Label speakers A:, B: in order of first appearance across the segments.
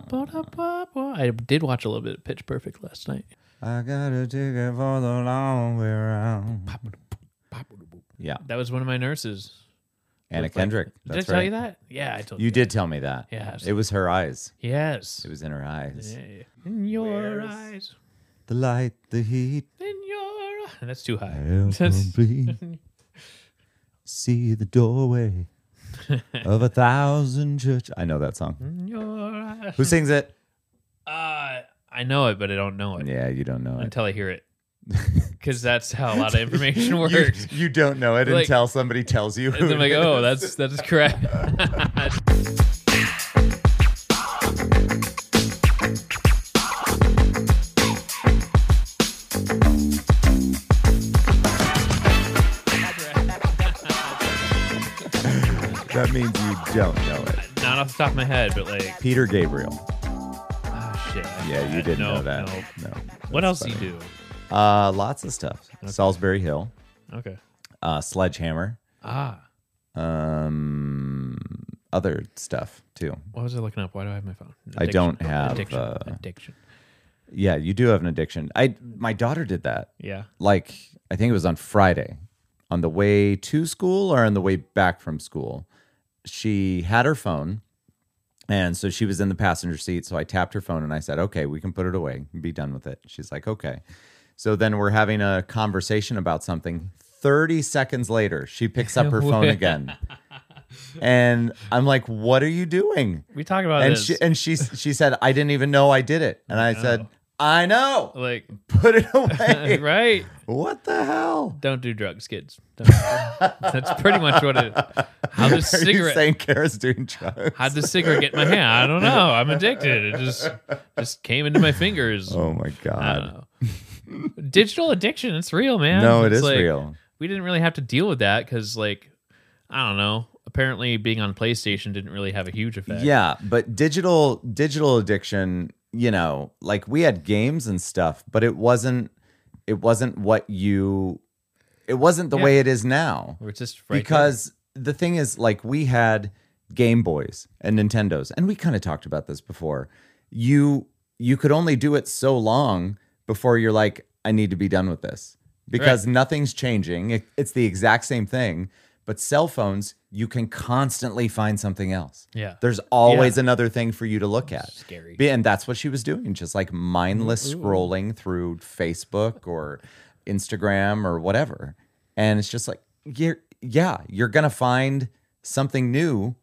A: I did watch a little bit of Pitch Perfect last night.
B: I got a ticket for the long way around. Yeah,
A: That was one of my nurses.
B: Anna
A: Looked like-
B: Kendrick.
A: Did I
B: that's
A: tell
B: right.
A: you that? Yeah, I told you.
B: You did tell me that.
A: Yes.
B: It was her eyes.
A: Yes.
B: It was in her eyes.
A: Yeah. In your
B: Where's-
A: eyes.
B: The light, the heat,
A: In your eyes. That's too high.
B: I'll
A: That's-
B: complete. See the doorway of a thousand church. I know that song.
A: in your eyes.
B: Who sings it?
A: Uh, I know it, but I don't know it
B: Yeah, you don't know it.
A: until I hear it. Because that's how a lot of information
B: You-
A: works.
B: You, don't know it
A: Like-
B: until somebody tells you.
A: And
B: Who
A: I'm like,
B: it
A: oh, that's
B: is.
A: that's correct.
B: that means you don't know it.
A: Not off the top of my head, but like,
B: Peter Gabriel.
A: oh shit.
B: Yeah, you
A: I-
B: didn't
A: no,
B: know that.
A: no.
B: No.
A: What else
B: that's
A: do you
B: funny.
A: do?
B: Uh, lots of stuff. Salisbury Hill,
A: Okay.
B: uh, Sledgehammer,
A: Ah,
B: um, other stuff too.
A: what was I looking up? Why do I have my phone?
B: I don't have,
A: addiction.
B: uh,
A: addiction.
B: Yeah, you do have an addiction. I my daughter did that.
A: Yeah.
B: Like I think it was on Friday, on the way to school or on the way back from school. She had her phone, and so she was in the passenger seat. So I tapped her phone and I said, "Okay, we can put it away and be done with it." She's like, "Okay." So then we're having a conversation about something. Thirty seconds later, she picks up her phone again, and I'm like, "What are you doing?"
A: We talk about
B: and
A: this.
B: she and she she said I didn't even know I did it, and I said I know,
A: like,
B: put it away.
A: right?
B: What the hell?
A: Don't do drugs, kids. Don't. That's pretty much what it is. How does
B: Are you
A: cigarette?
B: saying Kara's doing drugs?
A: How'd the cigarette get in my hand? I don't know. I'm addicted. It just just came into my fingers.
B: Oh my
A: I
B: god!
A: don't know. Digital addiction, it's real, man.
B: No, it
A: It's
B: is
A: like,
B: real.
A: We didn't really have to deal with that because, like, I don't know. Apparently, being on PlayStation didn't really have a huge effect.
B: Yeah, but digital digital addiction, you know, like we had games and stuff, but it wasn't it wasn't what you it wasn't the
A: Yeah.
B: way it is now.
A: We're just right there.
B: because the thing is like we had game boys and nintendos and we kind of talked about this before you you could only do it so long before you're like i need to be done with this because nothing's changing it, it's the exact same thing but cell phones you can constantly find something else
A: Yeah.
B: there's always another thing for you to look at
A: Scary.
B: Be- and that's what she was doing just like mindless scrolling through facebook or instagram or whatever and it's just like you're, yeah you're gonna find something new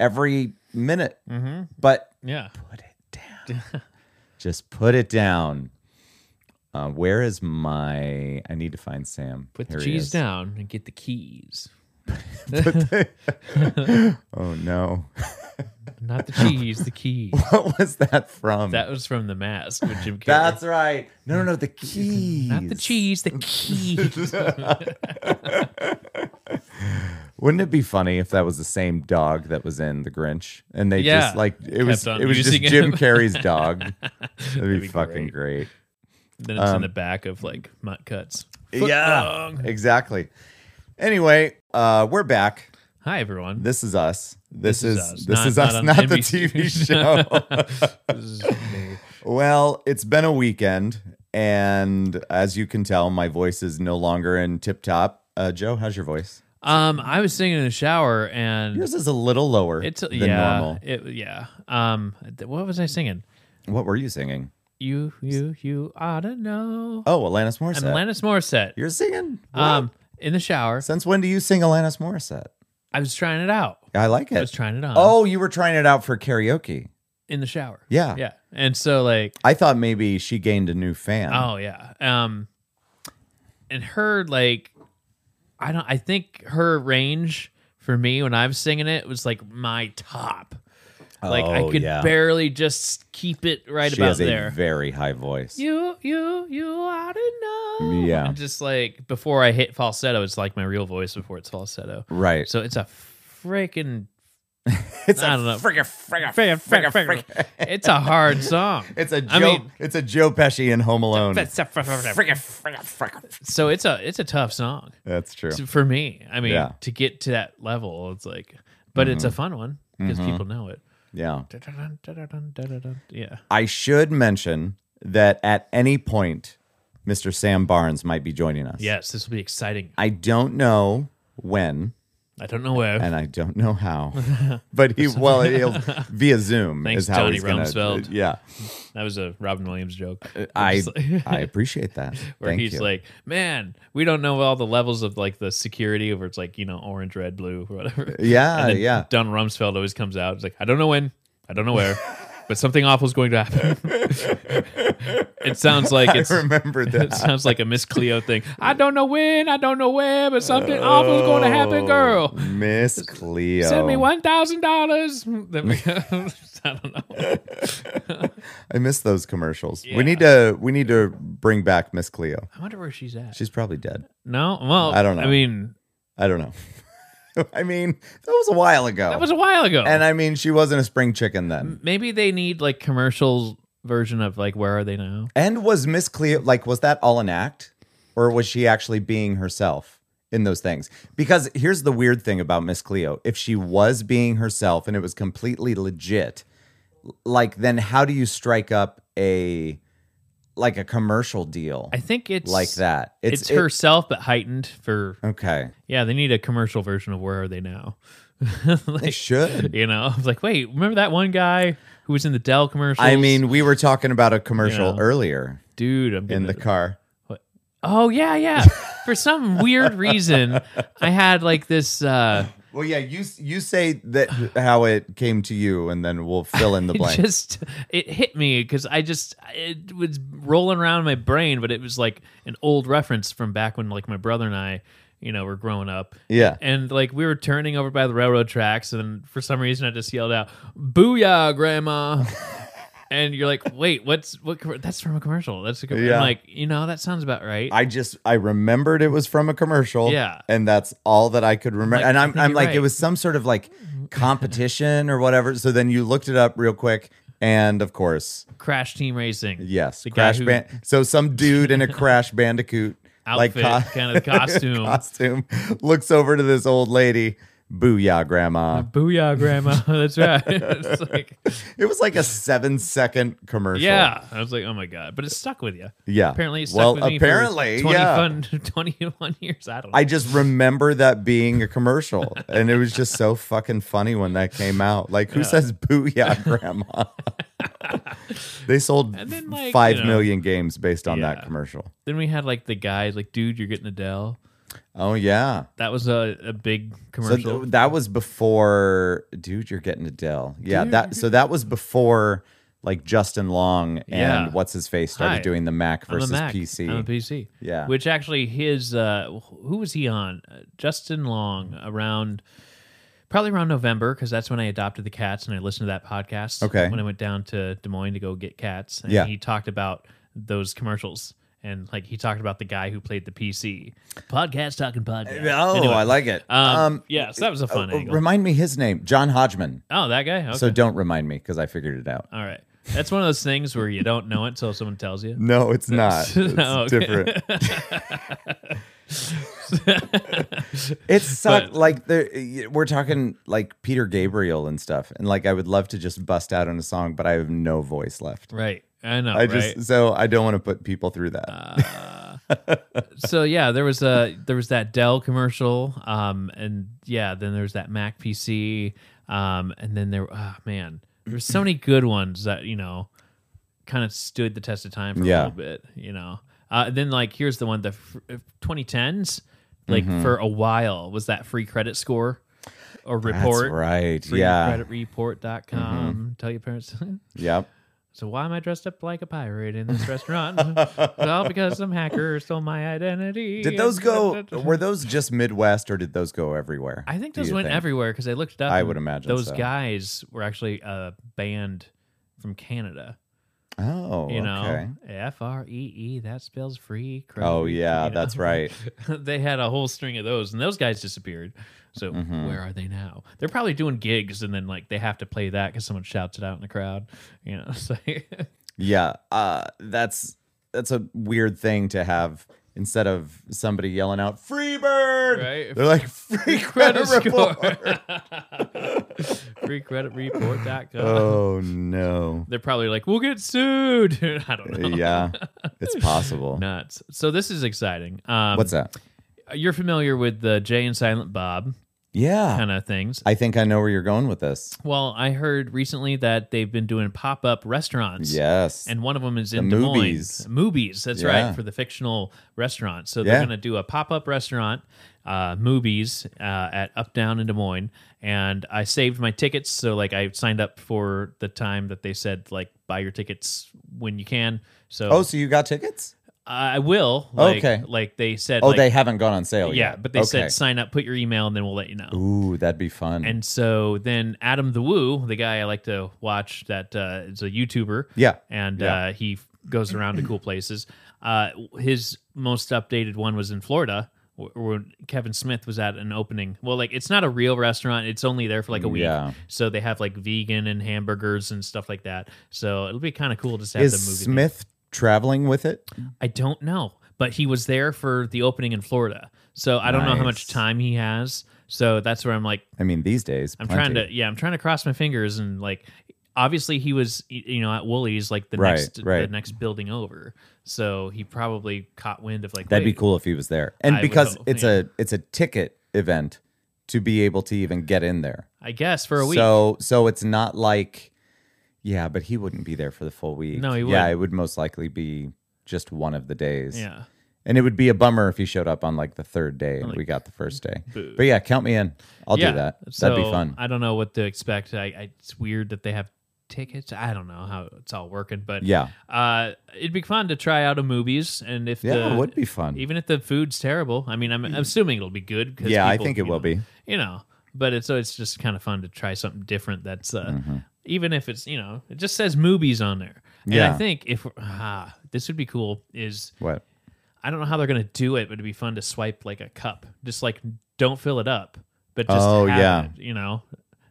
B: every minute
A: Mm-hmm.
B: but
A: yeah.
B: put it down just put it down uh, where is my i need to find sam
A: Put
B: Here
A: the
B: he
A: cheese
B: is.
A: down and get the keys.
B: oh no
A: Not the cheese, the keys.
B: what was that from
A: That was from The Mask with Jim Carrey.
B: that's right no no no the keys
A: Not the cheese, the keys.
B: Wouldn't it be funny if that was the same dog that was in The Grinch and they
A: Yeah.
B: just like it was
A: Kept on
B: it was just
A: using him.
B: Jim Carrey's dog. That'd be,
A: be
B: fucking great.
A: then
B: Um,
A: it's in the back of like Mutt Cuts. Foot long.
B: Exactly. Anyway, uh we're back.
A: Hi, everyone.
B: This is us. This,
A: is
B: is,
A: us.
B: this
A: Not-
B: is
A: not
B: us,
A: on
B: not the
A: NBC.
B: TV show.
A: This is me.
B: well, it's been a weekend and as you can tell my voice is no longer in tip top. Uh Joe, how's your voice?
A: Um, I was singing in the shower and
B: Yours is a little lower
A: it's
B: than
A: yeah,
B: normal.
A: it, yeah. Um, th- what was I singing?
B: What were you singing?
A: You, you, you ought to know.
B: Oh, Alanis Morissette.
A: Alanis Morissette.
B: You're singing?
A: Um, in the shower,
B: Since when do you sing Alanis Morissette?
A: I was trying it out.
B: I like it.
A: I was trying it on.
B: oh, you were trying it out for karaoke.
A: in the shower.
B: Yeah.
A: yeah. And so like,
B: I thought maybe she gained a new fan.
A: oh yeah. Um, and her like, I don't. I think her range for me when I was singing it was like my top. Like I
B: Oh,
A: could
B: yeah.
A: barely just keep it right
B: she
A: about
B: has
A: there.
B: a very high voice.
A: you you you ought to know
B: Yeah.
A: and just like before i hit falsetto it's like my real voice before it's falsetto
B: right.
A: so it's a freaking
B: it's
A: I
B: a
A: don't know.
B: Frigga, frigga,
A: friggin',
B: frigga, frigga,
A: friggin', it's a hard song
B: It's a Joe.
A: I mean-
B: it's a Joe Pesci in Home Alone.
A: so it's a it's a tough song
B: That's true.
A: So for me i mean
B: Yeah. Mm-hmm.
A: to get to that level it's like but it's a fun one because people know it
B: Yeah.
A: Dun-dun-dun, dun-dun-dun, dun-dun-dun. Yeah.
B: I should mention that at any point, Mr. Sam Barnes might be joining us.
A: Yes, this will be exciting.
B: I don't know when
A: I don't know where.
B: and I don't know how, but he, well, he'll, via Zoom
A: Thanks,
B: is how
A: Johnny
B: he's gonna,
A: Rumsfeld.
B: Yeah.
A: that was a Robin Williams joke.
B: I,
A: Just like-
B: I appreciate that.
A: where
B: Thank
A: he's
B: you.
A: like, "Man, we don't know all the levels of like the security, where it's like you know orange, red, blue, or whatever."
B: yeah,
A: And then
B: Uh, yeah.
A: Don Rumsfeld always comes out. He's like, "I don't know when, I don't know where, but something awful is going to happen." it sounds like
B: I
A: it's.
B: remember
A: It
B: that.
A: sounds like a Miss Cleo thing. I don't know when, I don't know where, but something awful is going to happen, girl.
B: Oh, Miss Cleo.
A: Send me one thousand dollars. I don't know.
B: I miss those commercials.
A: Yeah.
B: We need to we need to bring back Miss Cleo.
A: I wonder where she's at.
B: She's probably dead.
A: no, well,
B: I don't know.
A: I mean,
B: I don't know. I mean, that was a while ago.
A: that was a while ago.
B: and I mean, she wasn't a spring chicken then.
A: Maybe they need like commercials version of like where are they now?
B: And was Miss Cleo like was that all an act or was she actually being herself in those things? Because here's the weird thing about Miss Cleo. If she was being herself and it was completely legit, like then how do you strike up a like a commercial deal
A: I think it's
B: like that?
A: It's,
B: it-
A: herself, but heightened for
B: Okay.
A: yeah. They need a commercial version of where are they now?
B: They
A: like
B: should.
A: you know, I was like, wait, remember that one guy who was in the Dell commercial?
B: I mean, we were talking about a commercial
A: Yeah.
B: earlier
A: dude, I'm
B: in
A: getting
B: the
A: it.
B: car.
A: oh yeah, yeah. for some weird reason, I had like this. uh
B: Well, yeah, you you say that how it came to you, and then we'll fill in the
A: it
B: blank.
A: just it hit me because I just it was rolling around in my brain, but it was like an old reference from back when like my brother and I, you know, were growing up.
B: yeah,
A: And like we were turning over by the railroad tracks, and for some reason I just yelled out, "Booyah, Grandma!" and you're like, "Wait, what's what? com- That's from a commercial. That's a commercial."
B: Yeah.
A: I'm like, you know, that sounds about right.
B: I just I remembered it was from a commercial.
A: Yeah.
B: and that's all that I could remember.
A: Like,
B: and
A: I
B: I'm
A: think
B: I'm
A: you're
B: like
A: right.
B: it was some sort of like competition or whatever. So then you looked it up real quick, and of course,
A: Crash Team Racing.
B: yes,
A: The guy
B: Crash
A: who-
B: Band. So some dude in a Crash Bandicoot
A: Outfit,
B: co-
A: kind of costume.
B: costume looks over to this old lady. Booyah, grandma!
A: Mm-hmm. Booyah, Grandma. That's right. it's like,
B: It was like a seven-second commercial.
A: yeah. I was like, oh my god, but it stuck with you.
B: yeah.
A: Apparently, it stuck
B: well,
A: with me
B: apparently,
A: for 20
B: yeah.
A: fun, 21 years. I don't know.
B: I just remember that being a commercial, and it was just so fucking funny when that came out. Like, who says "booyah, grandma"? they sold five
A: And then,
B: million
A: like, you know-
B: games based on that
A: Yeah.
B: commercial.
A: then we had like the guys, like, dude, you're getting Adele.
B: Oh yeah,
A: That was a, a big
B: so
A: commercial.
B: th- that was before, dude. You're getting Adele. Yeah,
A: Dude, you're
B: that. So that was before, like Justin Long and
A: Yeah.
B: what's his face started
A: Hi.
B: doing the Mac
A: I'm a
B: versus
A: Mac.
B: PC.
A: I'm a PC.
B: Yeah.
A: Which actually his uh wh- who was he on? Uh, Justin Long around probably around November because that's when I adopted the cats and I listened to that podcast.
B: Okay.
A: When I went down to Des Moines to go get cats and
B: Yeah.
A: he talked about those commercials and like he talked about the guy who played the PC podcast talking podcast.
B: oh,
A: Anyway,
B: I like it.
A: um, yeah, so that was a fun
B: oh,
A: angle.
B: Remind me his name, John Hodgman.
A: oh, that guy. Okay.
B: So don't remind me because I figured it out.
A: All right. That's one of those things where you don't know it until someone tells you.
B: No, it's not. It's
A: No, okay.
B: different. it sucked. like there, we're talking like Peter Gabriel and stuff, and like I would love to just bust out on a song, but I have no voice left.
A: Right. I know.
B: I
A: right? Uh,
B: just so I don't want to put people through that.
A: so yeah, there was a there was that Dell commercial, um, and yeah, then there was that Mac PC, um, and then there, oh, man, there were so many good ones that you know, kind of stood the test of time for a
B: Yeah.
A: little bit, you know. Uh, then like here's the one the fr- 2010s, like
B: Mm-hmm.
A: for a while was that free credit score or report,
B: That's right.
A: free
B: Yeah. Mm-hmm.
A: credit report.com. Tell your parents.
B: Yep.
A: So why am I dressed up like a pirate in this restaurant? well, because some hacker stole my identity.
B: Did those go? Were those just Midwest, or did those go everywhere?
A: I think
B: do
A: those
B: you
A: went everywhere because I looked it up.
B: I
A: and
B: would imagine
A: those
B: so.
A: guys were actually a band from Canada.
B: Oh,
A: You
B: okay.
A: know, F R E E that spells free. Credit,
B: Oh yeah,
A: you know?
B: that's right.
A: they had a whole string of those, and those guys disappeared. So
B: Mm-hmm.
A: where are they now? They're probably doing gigs, and then like they have to play that because someone shouts it out in the crowd. You know, so
B: Yeah, uh, that's that's a weird thing to have instead of somebody yelling out "Free Bird,"
A: Right.
B: they're like "Free Credit, Report."
A: Free credit report.com.
B: Oh no!
A: They're probably like, we'll get sued. I don't know.
B: yeah, it's possible.
A: Nuts. So this is exciting. Um,
B: What's that?
A: You're familiar with the Jay and Silent Bob
B: Yeah,
A: kind of things.
B: I think I know where you're going with this.
A: Well, I heard recently that they've been doing pop up restaurants.
B: Yes,
A: And one of them is in
B: The
A: Des Moines.
B: movies.
A: Movies, that's
B: Yeah.
A: right, for the fictional restaurant. So they're
B: Yeah.
A: going to do a pop up restaurant, uh, movies uh, at Up Down in Des Moines. And I saved my tickets. So, like, I signed up for the time that they said, like, buy your tickets when you can. So,
B: Oh, so you got tickets?
A: I will. Like,
B: Okay.
A: Like, they said,
B: Oh,
A: like,
B: they haven't gone on sale
A: yeah,
B: yet.
A: but they
B: Okay.
A: said sign up, put your email, and then we'll let you know.
B: Ooh, that'd be fun.
A: And so then Adam the Woo, the guy I like to watch that uh, is a YouTuber.
B: yeah.
A: And
B: Yeah.
A: uh, he f- goes around to cool places. Uh, his most updated one was in Florida wh- where Kevin Smith was at an opening. Well, like it's not a real restaurant. It's only there for like a week.
B: Yeah.
A: So they have like vegan and hamburgers and stuff like that. So it'll be kind of cool to see the movie.
B: Is Smith traveling with it?
A: I don't know, but he was there for the opening in Florida. So I don't know how much
B: Nice.
A: time he has. So that's where I'm like,
B: I mean, these days.
A: I'm trying to yeah, I'm trying to cross my fingers and like obviously he was y- you know at Woolies like the
B: Right,
A: next the
B: right.
A: next building over. So he probably caught wind of like
B: That'd be
A: wait,
B: cool if he was there, and
A: I would
B: because
A: hope,
B: it's
A: yeah.
B: a it's a ticket event to be able to even get in there.
A: I guess for a week.
B: So so it's not like, yeah, but he wouldn't be there for the full week.
A: No, he
B: Yeah,
A: wouldn't.
B: it would most likely be just one of the days.
A: yeah.
B: and it would be a bummer if he showed up on like the third day and we got the first day. But yeah, count me in. I'll
A: yeah.
B: do that.
A: So
B: That'd be fun.
A: I don't know what to expect. I, I it's weird that they have tickets. I don't know how it's all working, but
B: yeah,
A: Uh, it'd be fun to try out a movies, and if
B: yeah,
A: the,
B: it would be fun.
A: even if the food's terrible. I mean, I'm assuming it'll be good. 'cause
B: yeah, I
A: people,
B: think it
A: you
B: will
A: know,
B: be.
A: You know, but it's so it's just kind of fun to try something different. That's uh,
B: Mm-hmm.
A: even if it's you know, it just says movies on there. And I
B: Yeah.
A: think if ah, this would be cool. Is
B: What?
A: I don't know how they're gonna do it, but it'd be fun to swipe like a cup. Just like don't fill it up, but just
B: Oh,
A: have
B: yeah. Mm-hmm.
A: it, you know.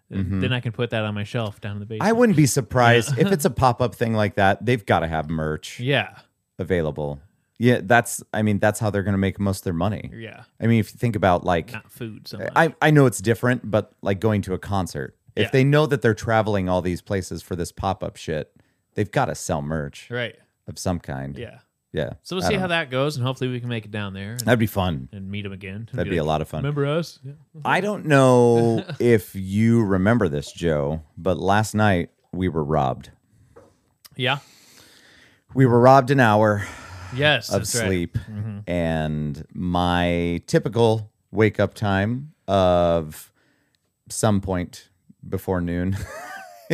A: Then I can put that on my shelf down in the basement.
B: I wouldn't be surprised if it's a pop up thing like that. They've got to have merch
A: yeah,
B: available. Yeah, that's. I mean, that's how they're going to make most of their money.
A: yeah,
B: I mean, if you think about like,
A: not food. So much.
B: I I know it's different, but like going to a concert, if
A: Yeah.
B: they know that they're traveling all these places for this pop up shit, they've got to sell merch
A: right?
B: of some kind.
A: Yeah.
B: yeah.
A: So we'll
B: I
A: see
B: don't
A: how
B: know.
A: that goes, and hopefully we can make it down there and,
B: that'd be fun.
A: and meet him again. and
B: That'd be a
A: like,
B: lot of fun.
A: Remember us? Yeah.
B: I don't know if you remember this, Joe, but last night we were robbed.
A: Yeah.
B: We were robbed an hour.
A: Yes.
B: of
A: that's
B: sleep and my typical wake up time of some point before noon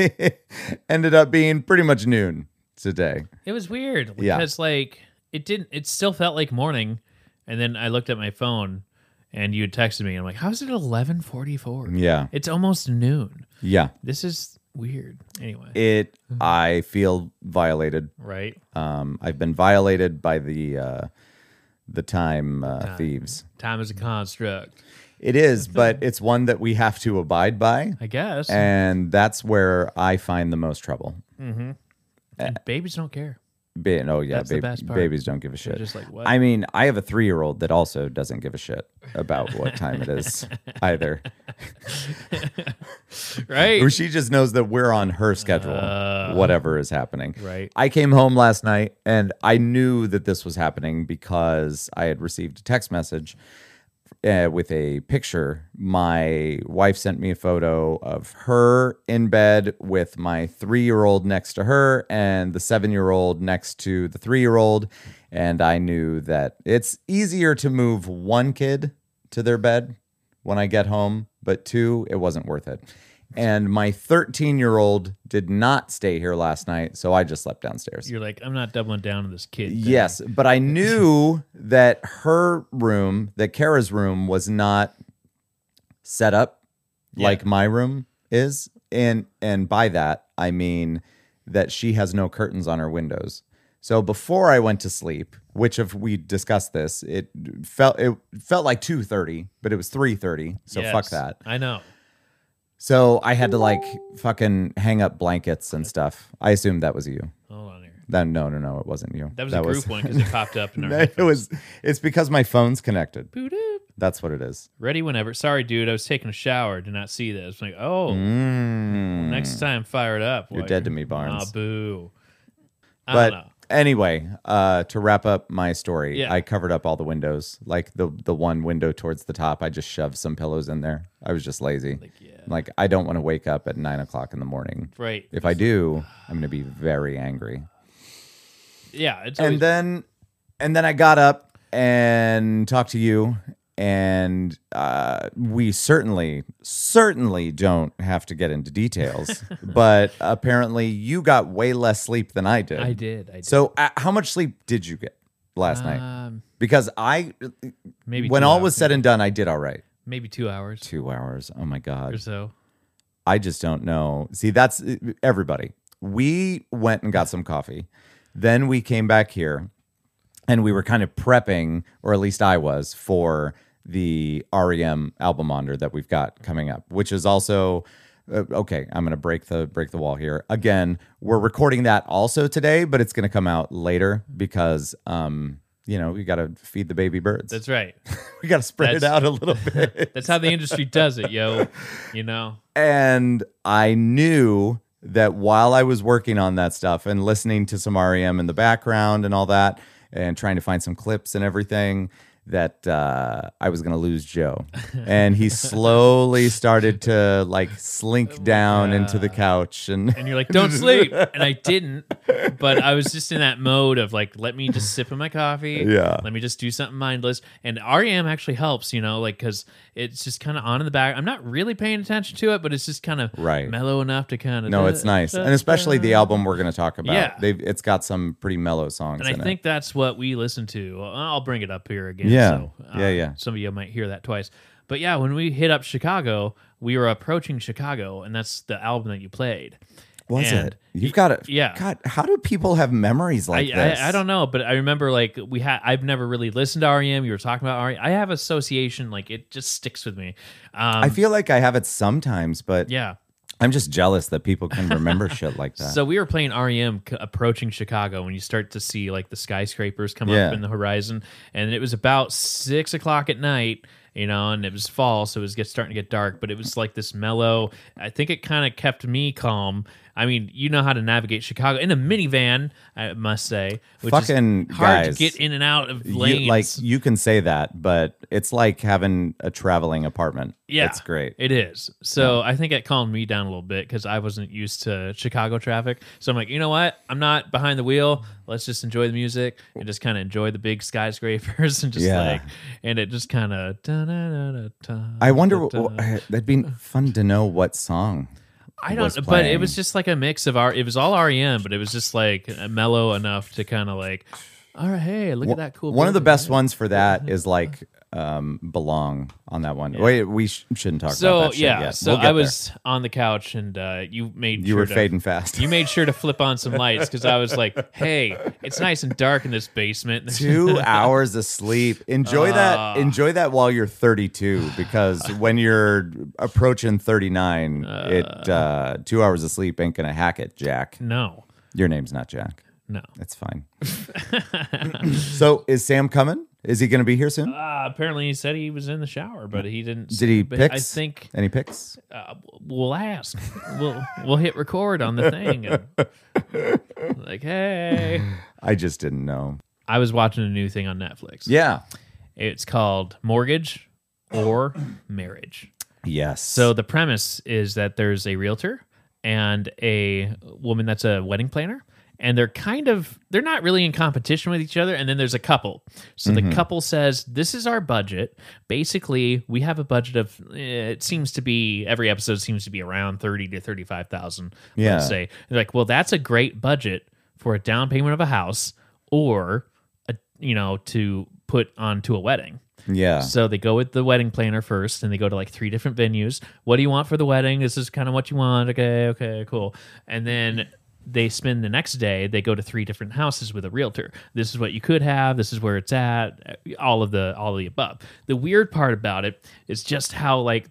B: ended up being pretty much noon today.
A: Right. It was weird
B: Yeah.
A: because like it didn't. It still felt like morning, and then I looked at my phone, and you had texted me. And I'm like, "How's it 11:44?
B: Yeah.
A: It's almost noon.
B: Yeah.
A: This is weird." Anyway,
B: It I feel violated.
A: right?
B: Um I've been violated by the uh the time, uh, thieves.
A: Time is a construct,
B: It is, but it's one that we have to abide by.
A: I guess. And,
B: And that's where I find the most trouble.
A: babies don't care.
B: Ba- oh yeah,
A: That's the
B: bab-
A: best part.
B: babies don't give a shit.
A: just like, what?
B: I mean, I have a three-year-old that also doesn't give a shit about what time it is either.
A: Right?
B: Or she just knows that we're on her schedule,
A: Uh,
B: whatever is happening.
A: right.
B: I came home last night and I knew that this was happening because I had received a text message uh, with a picture. My wife sent me a photo of her in bed with my three year old next to her and the seven year old next to the three year old. And I knew that it's easier to move one kid to their bed when I get home, but two, it wasn't worth it. And my 13 year old did not stay here last night, so I just slept downstairs.
A: You're like, I'm not doubling down on this kid. thing."
B: Yes, but I knew that her room, that Kara's room, was not set up
A: Yeah.
B: like my room is, and and by that I mean that she has no curtains on her windows. So before I went to sleep, which if we discussed this, it felt it felt like two thirty, but it was three thirty. So fuck
A: Yes.
B: that.
A: I know.
B: So I had to like fucking hang up blankets and stuff. I assumed that was you.
A: Hold on here.
B: That, no, no, no, it wasn't you.
A: That was a group one because it popped up. In our
B: it was. It's because my phone's connected.
A: Boo-doop.
B: That's what it is.
A: Ready whenever. Sorry, dude. I was taking a shower. Did not see this. I'm like, oh,
B: Mm.
A: next time, fire it up.
B: You're dead to me, Barnes.
A: Ah, boo. I
B: but
A: don't know.
B: anyway, uh, to wrap up my story,
A: Yeah.
B: I covered up all the windows, like the the one window towards the top. I just shoved some pillows in there. I was just lazy. Like,
A: yeah.
B: I don't want to wake up at nine o'clock in the morning.
A: Right.
B: If I do, I'm going to be very angry.
A: Yeah. It's always,
B: And then, and then I got up and talked to you. And uh, we certainly, certainly don't have to get into details, but apparently you got way less sleep than I did.
A: I did. I did.
B: So, uh, how much sleep did you get last night?
A: Um,
B: Because I,
A: maybe
B: when
A: two
B: all
A: hours.
B: was said and done, I did all right.
A: maybe two hours
B: Two hours. Oh my
A: or
B: God.
A: so.
B: I just don't know. See, that's eh, everybody. We went and got some coffee. Then we came back here and we were kind of prepping, or at least I was, for the REM album monitor that we've got coming up, which is also uh, okay. I'm gonna break the break the wall here again. We're recording that also today, but it's gonna come out later because um, you know we gotta feed the baby birds.
A: That's right.
B: we gotta spread it
A: that's-
B: out a little bit.
A: That's how the industry does it, yo. You know.
B: and I knew that while I was working on that stuff and listening to some REM in the background and all that, and trying to find some clips and everything, that uh, I was going to lose Joe. And he slowly started to like
A: Oh
B: slink down into the couch, and
A: and you're like, "Don't sleep," and I didn't. But I was just in that mode of like, "Let me just sip on my coffee.
B: Yeah.
A: Let me just do something mindless." And REM actually helps, you know, like because it's just kind of on in the back. I'm not really paying attention to it, but it's just kind of
B: Right.
A: mellow enough to kind of.
B: no, it's nice, and especially the album we're going to talk about.
A: Yeah.
B: They've, it's got some pretty mellow songs.
A: And I
B: in it.
A: think that's what we listen to. I'll bring it up here again.
B: Yeah.
A: So, uh,
B: Yeah, yeah.
A: Some of you might hear that twice. But yeah, when we hit up Chicago, we were approaching Chicago, and that's the album that you played.
B: was
A: and
B: it? You've got it.
A: yeah.
B: God, how do people have memories like
A: I,
B: this?
A: I, I don't know, but I remember like we had. I've never really listened to REM. You were talking about REM. I have association like it just sticks with me. Um,
B: I feel like I have it sometimes, but
A: yeah.
B: I'm just jealous that people can remember shit like that.
A: So we were playing REM c- approaching Chicago when you start to see like the skyscrapers come
B: Yeah.
A: up in the horizon, and it was about six o'clock at night. You know, and it was fall, so it was get, starting to get dark, but it was like this mellow. I think it kind of kept me calm. I mean, you know how to navigate Chicago in a minivan, I must say. Which is
B: Fucking
A: hard to
B: guys.
A: get in and out of lanes.
B: you, like you can say that, but it's like having a traveling apartment.
A: Yeah.
B: it's great.
A: It is. So I think it calmed me down a little bit because I wasn't used to Chicago traffic. So I'm like, you know what? I'm not behind the wheel. Let's just enjoy the music and just kind of enjoy the big skyscrapers and just
B: Yeah.
A: like, and it just kind of.
B: I wonder. what- what-
A: uh,
B: That'd be fun to know what song.
A: I
B: was
A: don't. But it
B: playing.
A: was just like a mix of our. It was all REM, but it was just like uh, mellow enough to kind of like, all right, hey, look at that cool.
B: One of the
A: building."
B: best ones for that is like um, "Belong" on that one. Wait, we sh- shouldn't talk
A: So
B: about that. Shit
A: yeah,
B: yet.
A: so
B: We'll get
A: I
B: there.
A: was on the couch and uh, you made
B: You
A: sure
B: were
A: to-
B: fading fast.
A: You made sure to flip on some lights because I was like, "Hey, it's nice and dark in this basement."
B: two hours of sleep. Enjoy that. Enjoy that while you're 32, because when you're approaching 39, it uh, two hours of sleep ain't gonna hack it, Jack.
A: no,
B: Your name's not Jack.
A: no.
B: It's fine. so is Sam coming? Is he gonna be here soon?
A: Uh, apparently, he said he was in the shower, but he didn't.
B: Did he
A: but
B: picks?
A: I think
B: Any picks?
A: uh, we'll ask. we'll we'll hit record on the thing. And, like, hey,
B: I just didn't know.
A: I was watching a new thing on Netflix.
B: Yeah.
A: It's called Mortgage or Marriage.
B: Yes.
A: So the premise is that there's a realtor and a woman that's a wedding planner and they're kind of they're not really in competition with each other and then there's a couple so the couple says this is our budget basically we have a budget of eh, it seems to be every episode seems to be around 30 to 35,000
B: Yeah.
A: let's say they're like well that's a great budget for a down payment of a house or a, you know to put onto a wedding
B: yeah.
A: so they go with the wedding planner first, and they go to like three different venues. What do you want for the wedding? This is kind of what you want. Okay, okay, cool. And then they spend the next day. They go to three different houses with a realtor. This is what you could have. This is where it's at. uh, All of the all of the above. The weird part about it is just how like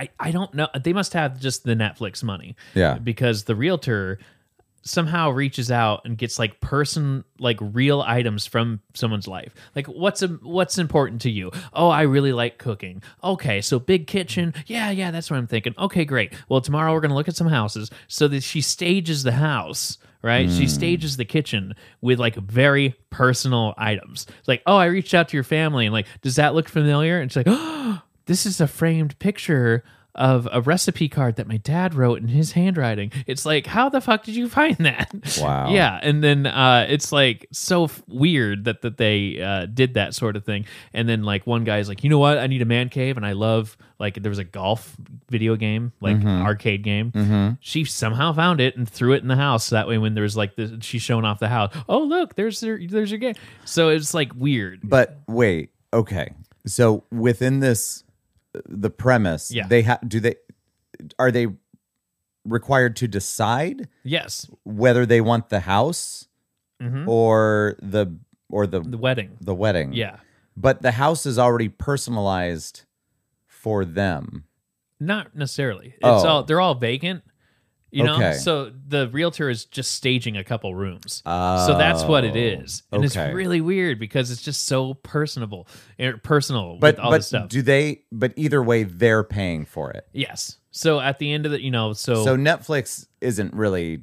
A: I, I don't know. They must have just the Netflix money.
B: Yeah.
A: Because the realtor somehow reaches out and gets like person like real items from someone's life like what's im- what's important to you oh i really like cooking okay so big kitchen yeah yeah that's what i'm thinking okay great well tomorrow we're gonna look at some houses so that she stages the house right she stages the kitchen with like very personal items it's like oh i reached out to your family and like does that look familiar and she's like oh this is a framed picture of a recipe card that my dad wrote in his handwriting. It's like, how the fuck did you find that?
B: Wow.
A: yeah, and then uh, it's like so f- weird that that they uh, did that sort of thing. And then like one guy's like, you know what? I need a man cave, and I love like there was a golf video game, like
B: Mm-hmm.
A: arcade game. She somehow found it and threw it in the house. So that way, when there was like the, she's showing off the house, oh look, there's your there's your game. So it's like weird.
B: But wait, okay. So within this, the premise,
A: Yeah.
B: they have do they are they required to decide
A: Yes, Mm-hmm.
B: whether they want the house or the or the,
A: Hmm? the
B: the
A: wedding.
B: wedding?
A: Yeah.
B: but the house is already personalized for them.
A: Not necessarily. It's
B: Oh.
A: all they're all vacant. You know,
B: Okay.
A: so the realtor is just staging a couple rooms. so that's what it
B: Oh.
A: is, and
B: okay.
A: it's really weird because it's just so personable, er, personal
B: But
A: with all
B: but
A: this stuff.
B: do they? But either way, they're paying for it.
A: yes. So at the end of the, you know, so,
B: So Netflix isn't really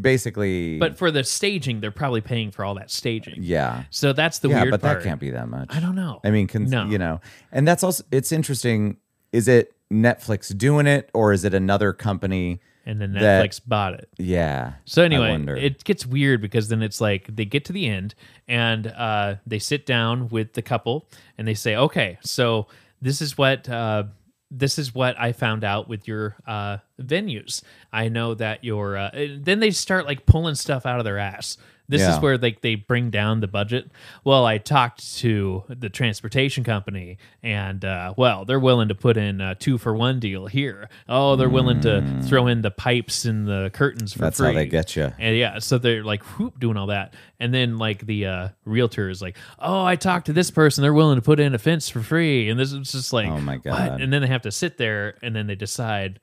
B: basically,
A: but for the staging, they're probably paying for all that staging.
B: yeah,
A: So that's the
B: yeah,
A: weird
B: but
A: part.
B: that can't be that much.
A: I don't know.
B: I mean, can,
A: No.
B: you know, and that's also it's interesting. Is it Netflix doing it or is it another company?
A: and then
B: that-
A: Netflix bought it.
B: Yeah.
A: So
B: I
A: anyway,
B: wonder.
A: it gets weird because then it's like they get to the end and uh, they sit down with the couple and they say, "Okay, so this is what uh, this is what I found out with your uh, venues. I know that your." Uh, and then they start like pulling stuff out of their ass. This
B: Yeah.
A: is where like they bring down the budget. Well, I talked to the transportation company, and uh, well, they're willing to put in a two for one deal here. Oh, they're willing to throw in the pipes and the curtains for
B: Hmm. that's
A: free.
B: how they get you.
A: And yeah, so they're like whoop doing all that. And then like the uh realtor is like, Oh, I talked to this person, they're willing to put in a fence for free. And this is just like
B: Oh, my
A: what?
B: God.
A: And then they have to sit there and then they decide,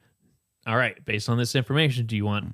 A: All right, based on this information, do you want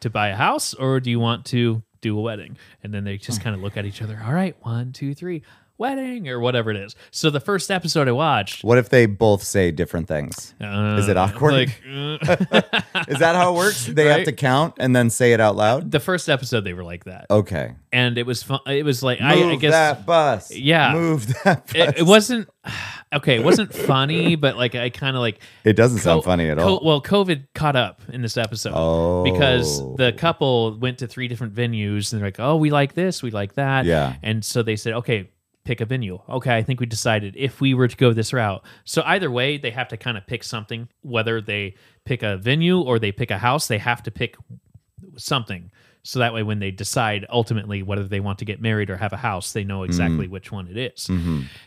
A: to buy a house or do you want to do a wedding? And then they just
B: Hmm.
A: kind of look at each other, All right, one, two, three, wedding or whatever it is. So the first episode I watched
B: What if they both say different things?
A: uh,
B: Is it awkward?
A: Like, uh,
B: Is that how it works? They have
A: Right?
B: to count and then say it out loud.
A: the first episode they were like that,
B: Okay.
A: and it was fun. It was like
B: Move
A: I, I guess
B: that bus.
A: Yeah.
B: Move that bus.
A: it, it wasn't okay. It wasn't funny, but like I kind of like
B: It doesn't sound
A: co-
B: funny at
A: co-
B: all.
A: Well, COVID caught up in this episode
B: Oh.
A: because the couple went to three different venues and they're like, "Oh, we like this, we like that,"
B: Yeah.
A: and so they said, "Okay." Pick a venue. Okay, I think we decided if we were to go this route. So either way, they have to kind of pick something. Whether they pick a venue or they pick a house, they have to pick something. So that way, when they decide ultimately whether they want to get married or have a house, they know exactly
B: Mm-hmm.
A: which one it is.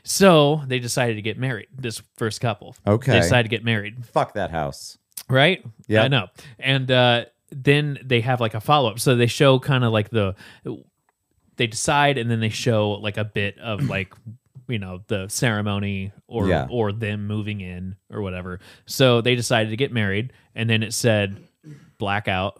A: So they decided to get married. This first couple,
B: Okay.
A: they decided to get married,
B: Fuck that house.
A: right?
B: Yeah.
A: I know. And uh, then they have like a follow up. So they show kind of like the they decide, and then they show like a bit of like you know the ceremony or
B: Yeah.
A: or them moving in or whatever. So they decided to get married, and then it said blackout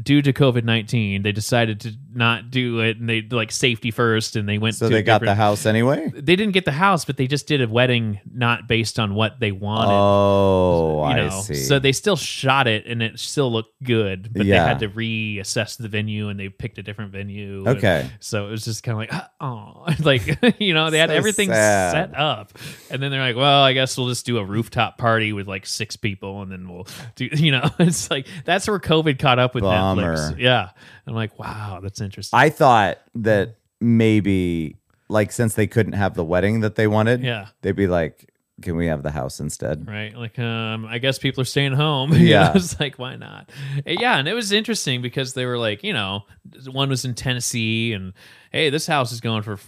A: due to COVID nineteen. They decided to not do it, and they like safety first, and they went.
B: So
A: to
B: they got
A: different-
B: the house anyway?
A: They didn't get the house, but they just did a wedding not based on what they wanted
B: Oh,
A: you
B: I
A: know,
B: see.
A: So they still shot it and it still looked good, but
B: Yeah.
A: they had to reassess the venue and they picked a different venue. and
B: Okay.
A: so it was just kind of like, oh, like, you know, they had
B: So
A: everything
B: sad.
A: set up. And then they're like, well, I guess we'll just do a rooftop party with like six people and then we'll do, you know, it's like that's where COVID caught up with
B: Bummer.
A: Netflix. Yeah. I'm like, wow, that's interesting.
B: I thought that maybe, like, since they couldn't have the wedding that they wanted,
A: yeah.
B: they'd be like, can we have the house instead?
A: right? Like, um, I guess people are staying home. You
B: Yeah.
A: know, it's like, why not? Uh, Yeah, and it was interesting because they were like, you know, one was in Tennessee, and hey, this house is going for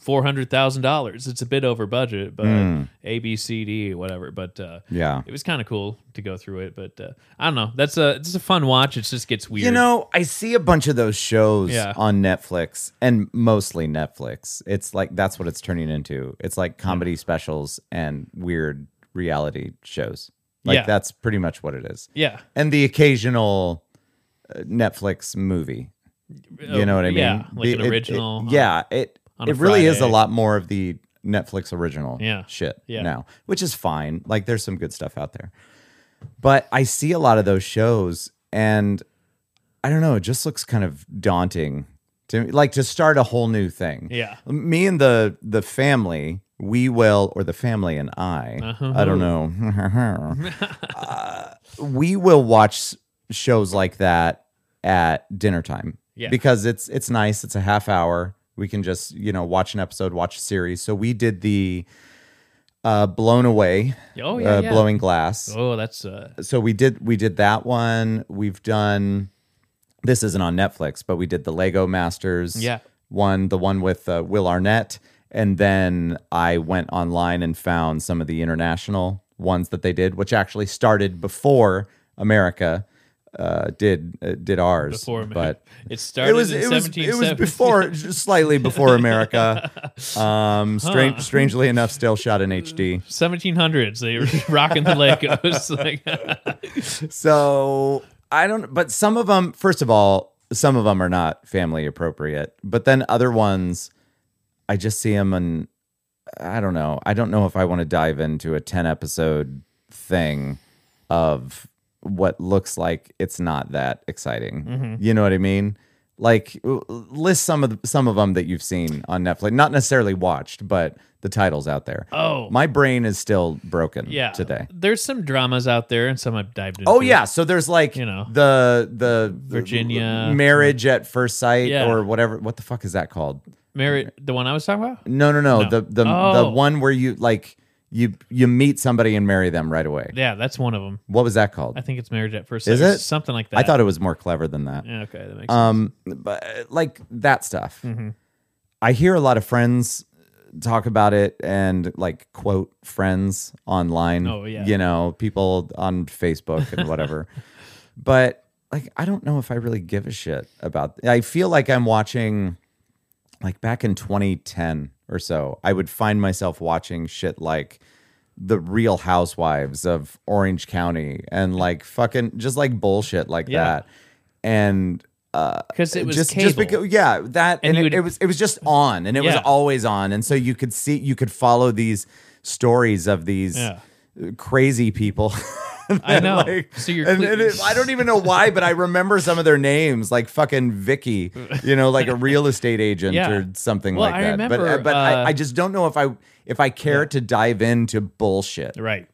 A: four hundred thousand dollars. It's a bit over budget, but
B: Hmm.
A: A, B, C, D, whatever. But uh,
B: Yeah.
A: it was kind of cool to go through it. But uh, I don't know. That's a it's a fun watch. It just gets weird.
B: You know, I see a bunch of those shows
A: Yeah.
B: on Netflix and mostly Netflix. It's like that's what it's turning into. It's like comedy specials and weird reality shows. Like
A: Yeah.
B: that's pretty much what it is.
A: yeah.
B: And the occasional uh, Netflix movie. You
A: Oh,
B: know what I mean?
A: Yeah, like
B: The-
A: an
B: it- it-
A: original. uh,
B: yeah, it
A: on a
B: it really is a
A: Friday.
B: lot more of the Netflix original
A: Yeah.
B: shit
A: Yeah.
B: now, which is fine. Like there's some good stuff out there. But I see a lot of those shows and I don't know, it just looks kind of daunting to me. Like to start a whole new thing.
A: yeah.
B: Me and the the family, we will or the family and I, I don't know.
A: Uh-huh.
B: uh, we will watch s- shows like that at dinner time
A: Yeah.
B: because it's it's nice. It's a half hour. We can just you know watch an episode, watch a series. So we did the uh, blown away,
A: Oh yeah,
B: uh,
A: yeah.
B: blowing glass.
A: Oh, that's uh,
B: So we did we did that one. We've done this isn't on Netflix, but we did the Lego Masters.
A: Yeah.
B: one the one with uh, Will Arnett, and then I went online and found some of the international ones that they did, which actually started before America uh, did uh, did ours.
A: before Amer-
B: but
A: it started in
B: it was, it was
A: 1770.
B: before just slightly before America. Um, strange, strangely enough, still shot in HD.
A: 1700s. They were rocking the Legos. like,
B: So I don't. But some of them, first of all, some of them are not family appropriate. But then other ones, I just see them, and I don't know. I don't know if I want to dive into a ten episode thing of what looks like it's not that exciting.
A: Mm-hmm.
B: You know what I mean? Like l- list some of the, some of them that you've seen on Netflix, not necessarily watched, but the titles out there.
A: oh,
B: My brain is still broken
A: yeah.
B: today.
A: There's some dramas out there, and some I've dived into.
B: Oh yeah, so there's like
A: You know.
B: the the
A: Virginia.
B: marriage at first sight
A: Yeah.
B: or whatever. What the fuck is that called?
A: Mary, the one I was talking about.
B: No, no, no. The the the
A: Oh.
B: one where you like you you meet somebody and marry them right away.
A: Yeah, that's one of them.
B: What was that called?
A: I think it's Marriage at First Sight.
B: Is
A: or
B: it?
A: something like that?
B: I thought it was more clever than that.
A: Yeah, okay, that makes Mm-hmm.
B: Um, but uh, like that stuff. I hear a lot of friends talk about it and like quote friends online.
A: Oh, yeah.
B: you know people on Facebook and whatever. but like, I don't know if I really give a shit about. I feel like I'm watching, like back in 2010 or so, I would find myself watching shit like. The Real Housewives of Orange County and like fucking just like bullshit like
A: Yeah.
B: that, and uh,
A: because it was
B: just,
A: cable.
B: just because yeah that and,
A: you
B: it,
A: would-
B: it was it was just on and it was
A: Yeah.
B: always on and so you could see you could follow these stories of these
A: Yeah.
B: crazy people
A: I
B: that,
A: know.
B: like-
A: so you're
B: and,
A: cle-
B: and it- I don't even know why, but I remember some of their names, like fucking Vicky, you know, like a real estate agent
A: Yeah.
B: or something
A: Well,
B: like
A: I
B: that. but
A: remember,
B: but
A: uh,
B: I, I just don't know if I if I care to dive into bullshit.
A: right.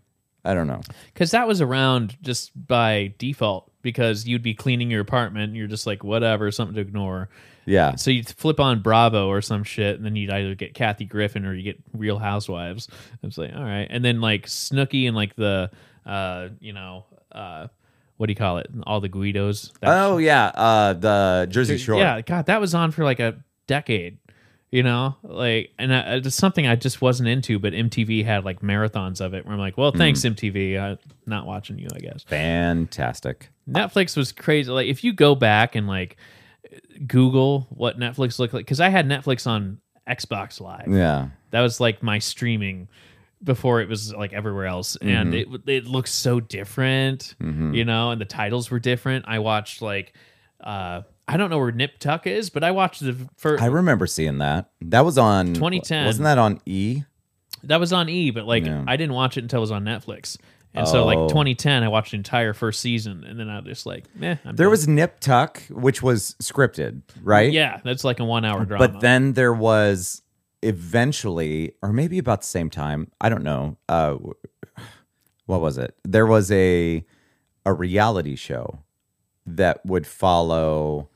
B: I don't know.
A: Because that was around just by default because you'd be cleaning your apartment and you're just like, whatever, something to ignore.
B: Yeah,
A: So you'd flip on Bravo or some shit and then you'd either get Kathy Griffin or you get Real Housewives. It's like, all right. And then like Snooki and like the, uh, you know, uh, what do you call it? All the Guidos. That
B: Oh yeah, uh, the Jersey Shore.
A: Yeah, God, that was on for like a decade. You know, like, and I, it's something I just wasn't into. But MTV had like marathons of it, where I'm like, well, thanks MTV, I'm not watching you, I guess.
B: fantastic.
A: Netflix was crazy. Like, if you go back and like Google what Netflix looked like, because I had Netflix on Xbox Live.
B: Yeah,
A: That was like my streaming before it was like everywhere else,
B: Mm-hmm.
A: and it it looked so different, you know. And the titles were different. I watched like uh, I don't know where Nip Tuck is, but I watched the first
B: I remember seeing that. That was on
A: 2010.
B: Wasn't that on E?
A: that was on E, but like
B: Yeah.
A: I didn't watch it until it was on Netflix. And so like
B: Oh.
A: 2010, I watched the entire first season, and then I was just like, eh, I'm
B: There
A: done.
B: was Nip Tuck, which was scripted, right?
A: yeah, that's like a one hour drama.
B: But then there was eventually, or maybe about the same time, I don't know. Uh, w- what was it? There was a a reality show that would follow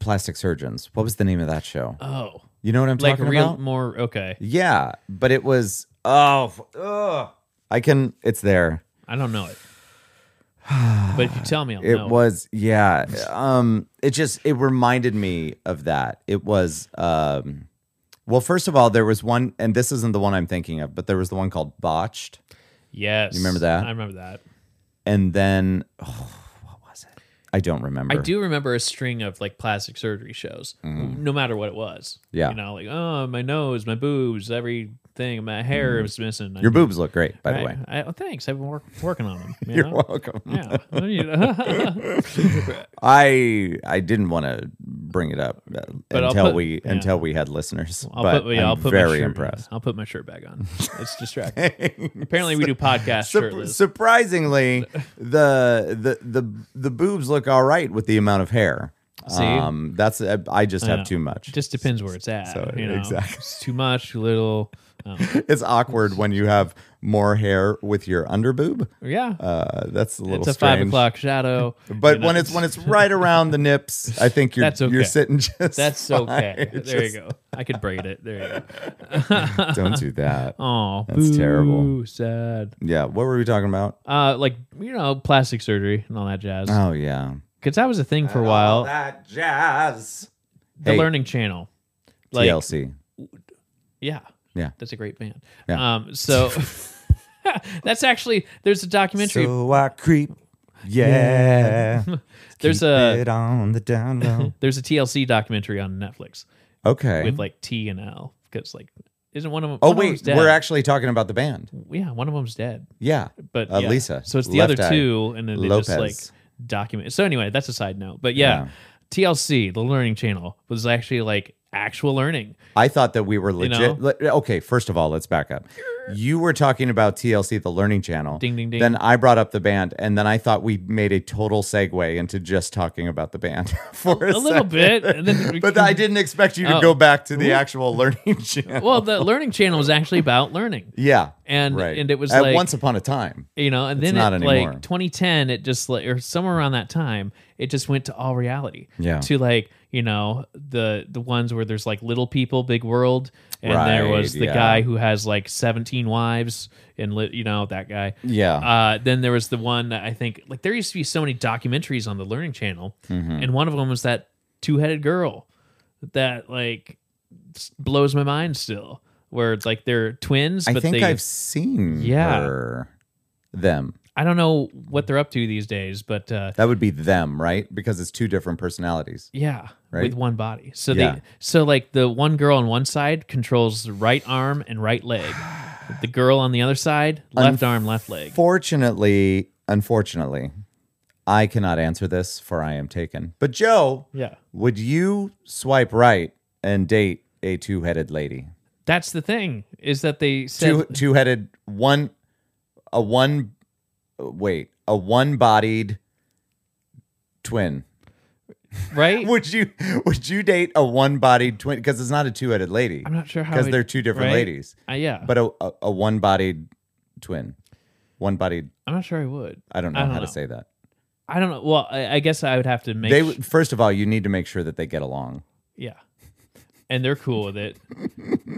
B: plastic surgeons. What was the name of that show?
A: oh,
B: You know what I'm
A: like
B: talking
A: real
B: about?
A: more okay.
B: Yeah, but it was oh, f- ugh. I can. It's there.
A: I don't know it, but if you tell me, I'll
B: It
A: know.
B: was yeah. Um it just it reminded me of that. It was um well first of all there was one and this isn't the one I'm thinking of, but there was the one called Botched
A: Yes, you
B: remember that?
A: I remember that.
B: and then oh, what was it? I don't remember.
A: I do remember a string of like plastic surgery shows, no matter what it was.
B: Mm. Yeah.
A: You know, like, oh, my nose, my boobs, every thing. My hair was missing.
B: Mm. Your boobs look great, by the
A: I-
B: way.
A: I, oh, thanks. I've been work, working on them. You
B: You're
A: know?
B: welcome.
A: Yeah. You know?
B: I I didn't want to bring it up uh,
A: I'll
B: until
A: put-
B: we
A: yeah.
B: until we had listeners.
A: I'll
B: but
A: put, yeah,
B: I'm
A: I'll put my
B: very
A: shirt,
B: impressed.
A: I'll put my shirt back on. It's distracting. Apparently, we do podcasts
B: Sup-
A: shirtless.
B: surprisingly, the, the the the boobs look all right with the amount of hair.
A: See?
B: um, that's I, I just have
A: know.
B: too much.
A: just depends where it's at.
B: So,
A: you know?
B: exactly.
A: It's too much, too little. Um,
B: it's awkward when you have more hair with your underboob.
A: yeah.
B: Uh, that's a little
A: it's a
B: strange.
A: five o'clock shadow.
B: But
A: you know,
B: when it's when it's right around the nips, I think you're
A: That's okay.
B: you're sitting just.
A: that's
B: fine.
A: okay. There
B: Just-
A: you go. I could braid it. There you go.
B: Don't do that.
A: Oh,
B: That's terrible.
A: Sad.
B: Yeah. What were we talking about?
A: Uh, like you know, plastic surgery and all that jazz.
B: Oh yeah.
A: Because that was a thing for a while.
B: Uh, that jazz.
A: the
B: Hey.
A: Learning Channel. Like,
B: TLC.
A: yeah,
B: Yeah.
A: that's a great band.
B: Yeah.
A: Um, so that's actually there's a documentary.
B: So I creep. Yeah.
A: there's
B: Keep
A: a
B: it on the down low.
A: there's a TLC documentary on Netflix
B: Okay.
A: with like T and L because like isn't one of them?
B: oh
A: one of
B: wait,
A: them's dead.
B: we're actually talking about the band.
A: yeah, one of them's dead.
B: Yeah.
A: but
B: Uh,
A: yeah.
B: Lisa,
A: So it's the
B: Left
A: other
B: Eye,
A: two, and then they just like
B: Lopez.
A: document. So anyway, that's a side note. But yeah, TLC, the Learning Channel, was actually like actual learning.
B: I thought that we were legit.
A: know?
B: le- okay, first of all, let's back up. You were talking about TLC, the Learning Channel.
A: Ding, ding, ding.
B: Then I brought up the band, and then I thought we made a total segue into just talking about the band for a,
A: A little
B: second.
A: bit, and then
B: But I didn't expect you to
A: Oh.
B: go back to the actual Learning Channel.
A: Well, the Learning Channel was actually about learning,
B: yeah,
A: and
B: right.
A: and it was
B: At
A: like
B: once upon a time.
A: you know, and then
B: not
A: it,
B: anymore.
A: like 2010, it just like or somewhere around that time, it just went to all reality.
B: Yeah.
A: To like you know the the ones where there's like little people, big world, and there
B: Right,
A: was the
B: yeah.
A: guy who has like 17 wives, and lit, you know that guy.
B: Yeah.
A: Uh, then there was the one that I think like there used to be so many documentaries on the Learning Channel,
B: Mm-hmm.
A: and one of them was that two headed girl that like s- blows my mind still. Where it's like they're twins,
B: I
A: but
B: think
A: they,
B: I've seen
A: Yeah.
B: her. Them.
A: I don't know what they're up to these days, but uh,
B: That would be them, right? Because it's two different personalities.
A: yeah,
B: Right?
A: with one body. So
B: Yeah.
A: they so like the one girl on one side controls the right arm and right leg. The girl on the other side, left arm, left leg.
B: Fortunately, unfortunately, I cannot answer this for I am taken. But Joe,
A: Yeah.
B: would you swipe right and date a two-headed lady?
A: That's the thing is that they said
B: Two two-headed one a one wait, a one-bodied twin.
A: right.
B: Would you would you date a one-bodied twin because it's not a two-headed lady
A: I'm not sure how
B: because
A: it-
B: they're two different
A: right?
B: ladies,
A: Uh, yeah,
B: but a a, a one-bodied twin. One-bodied
A: I'm not sure I would.
B: I don't know
A: I don't
B: how to
A: know.
B: say that.
A: I don't know. Well, I, I guess I would have to make.
B: They
A: sh-
B: would- first of all, you need to make sure that they get along.
A: yeah, and they're cool with it.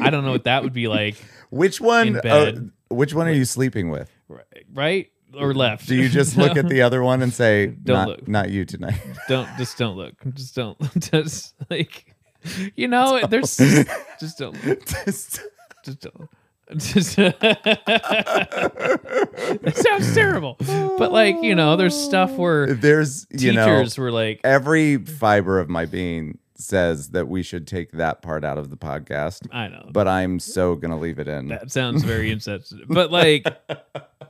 A: I don't know what that would be like,
B: Which one?
A: In bed.
B: uh, which one are you sleeping with?
A: ri- right or left?
B: Do you just look at the other one and say, "Not,
A: look.
B: not you tonight"?
A: don't just don't look. Just don't. Just like you know, there's just, don't. Look.
B: Just-
A: Just don't. Just that sounds terrible, but like you know, there's stuff where
B: There's, you know, eh,
A: teachers were like,
B: every fiber of my being says that we should take that part out of the podcast,
A: I know
B: but I'm so gonna leave it in.
A: that sounds very insensitive, but like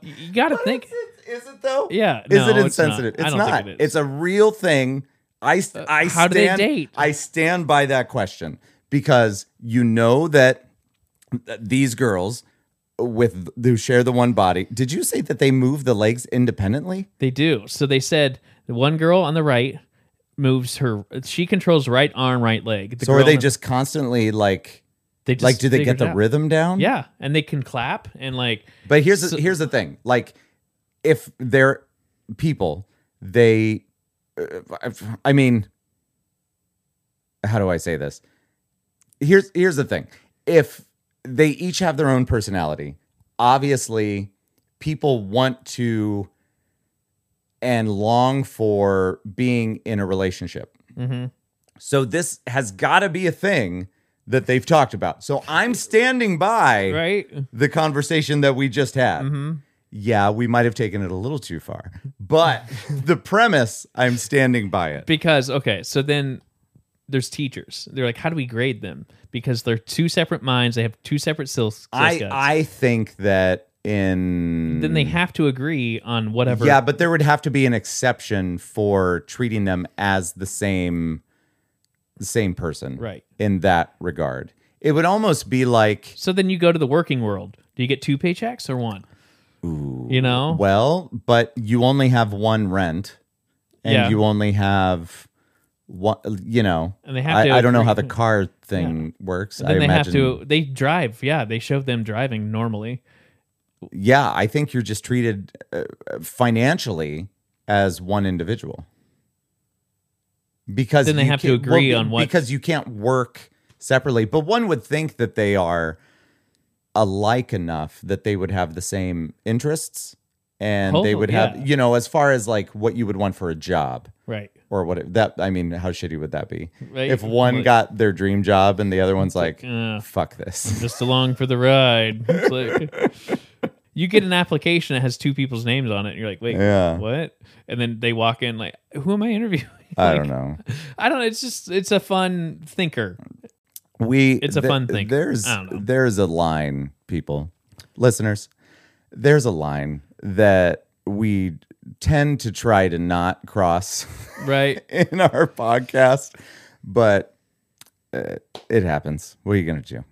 A: you got to think.
B: Is it though?
A: Yeah,
B: Is
A: no,
B: it
A: it's not.
B: insensitive?
A: I
B: It's
A: don't think
B: not.
A: it is. Uh,
B: It's a real thing. I st- I
A: how
B: stand,
A: do they date?
B: I stand by that question because you know that th- these girls with who share the one body. Did you say that they move the legs independently?
A: They do. So they said the one girl on the right moves her. She controls right arm, right leg. The
B: So
A: girl
B: are they
A: on the-
B: just constantly like
A: they just
B: like do they
A: figure
B: get
A: it
B: the
A: out.
B: rhythm down?
A: Yeah, and they can clap and like
B: But here's the, here's the thing. Like, if they're people, they, uh, I mean, how do I say this? Here's here's the thing. If they each have their own personality, obviously, people want to and long for being in a relationship.
A: mhm.
B: So this has got to be a thing that they've talked about. So I'm standing by
A: right.
B: the conversation that we just had.
A: Mm-hmm.
B: Yeah, we might have taken it a little too far, but the premise, I'm standing by it.
A: Because okay, so then there's teachers. They're like, how do we grade them? Because they're two separate minds. They have two separate skill skill sets.
B: I I think that in
A: then they have to agree on whatever.
B: yeah, but there would have to be an exception for treating them as the same the same person,
A: Right.
B: In that regard, it would almost be like
A: So then you go to the working world. Do you get two paychecks or one? you know,
B: well, but you only have one rent, and
A: Yeah.
B: you only have one. You know,
A: And they have
B: I,
A: to
B: I don't know
A: agree-
B: how the car thing works.
A: then
B: I
A: they have
B: imagine,
A: to. They drive. Yeah, they show them driving normally.
B: Yeah, I think you're just treated uh, financially as one individual. Because
A: Then they
B: you
A: have to
B: can't-
A: agree
B: well,
A: on what-
B: because you can't work separately. But one would think that they are alike enough that they would have the same interests, and they
A: Hopefully,
B: would
A: yeah.
B: have you know as far as like what you would want for a job
A: Right.
B: or what that I mean how shitty would that be
A: Right.
B: if one
A: Like-
B: got their dream job and the other one's like
A: Uh,
B: fuck this
A: just along for the ride. It's like- you get an application that has two people's names on it. And you're like, wait,
B: Yeah.
A: what? And then they walk in like, who am I interviewing?
B: I
A: Like,
B: don't know
A: I don't. It's just it's a fun thinker.
B: we
A: It's a fun thing.
B: there's
A: I don't know.
B: there's a line people listeners there's a line that we tend to try to not cross
A: Right.
B: in our podcast but uh, it happens what are you gonna do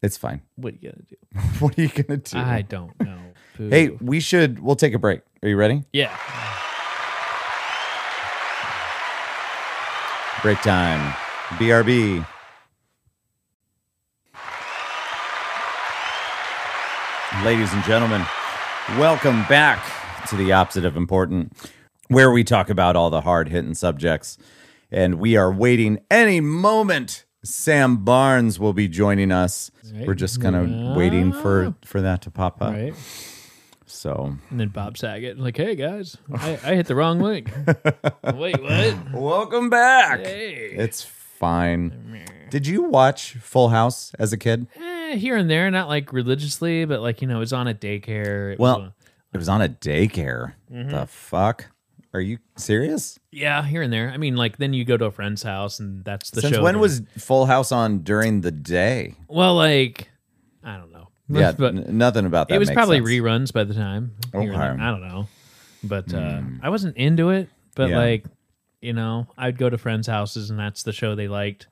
B: it's fine
A: What you gotta do?
B: what are you gonna do
A: I don't know. Boo.
B: hey we should we'll take a break are you ready
A: Yeah.
B: break time brb Ladies and gentlemen, welcome back to the opposite of important, where we talk about all the hard hitting subjects. And we are waiting any moment. Sam Barnes will be joining us.
A: Right.
B: We're just kind of
A: Yeah.
B: waiting for for that to pop up.
A: Right.
B: So,
A: And then Bob Saget, like, hey guys, I, I hit the wrong link. Wait, what?
B: welcome back.
A: Hey.
B: It's fine. Did you watch Full House as a kid?
A: Eh, here and there, not like religiously, but like you know, it's on a daycare. It was
B: Well,
A: on-
B: it was on a daycare.
A: Mm-hmm.
B: The fuck? Are you serious?
A: yeah, here and there. I mean, like then you go to a friend's house, and that's the
B: Since
A: show.
B: when
A: that-
B: was Full House on during the day?
A: well, like I don't know.
B: Yeah,
A: but
B: n- nothing about that.
A: it was
B: makes
A: probably
B: sense. Oh,
A: reruns by the time. here and
B: Okay.
A: there. I don't know, but uh, I wasn't into it. But
B: Hmm. Yeah.
A: like you know, I'd go to friends' houses, and that's the show they liked.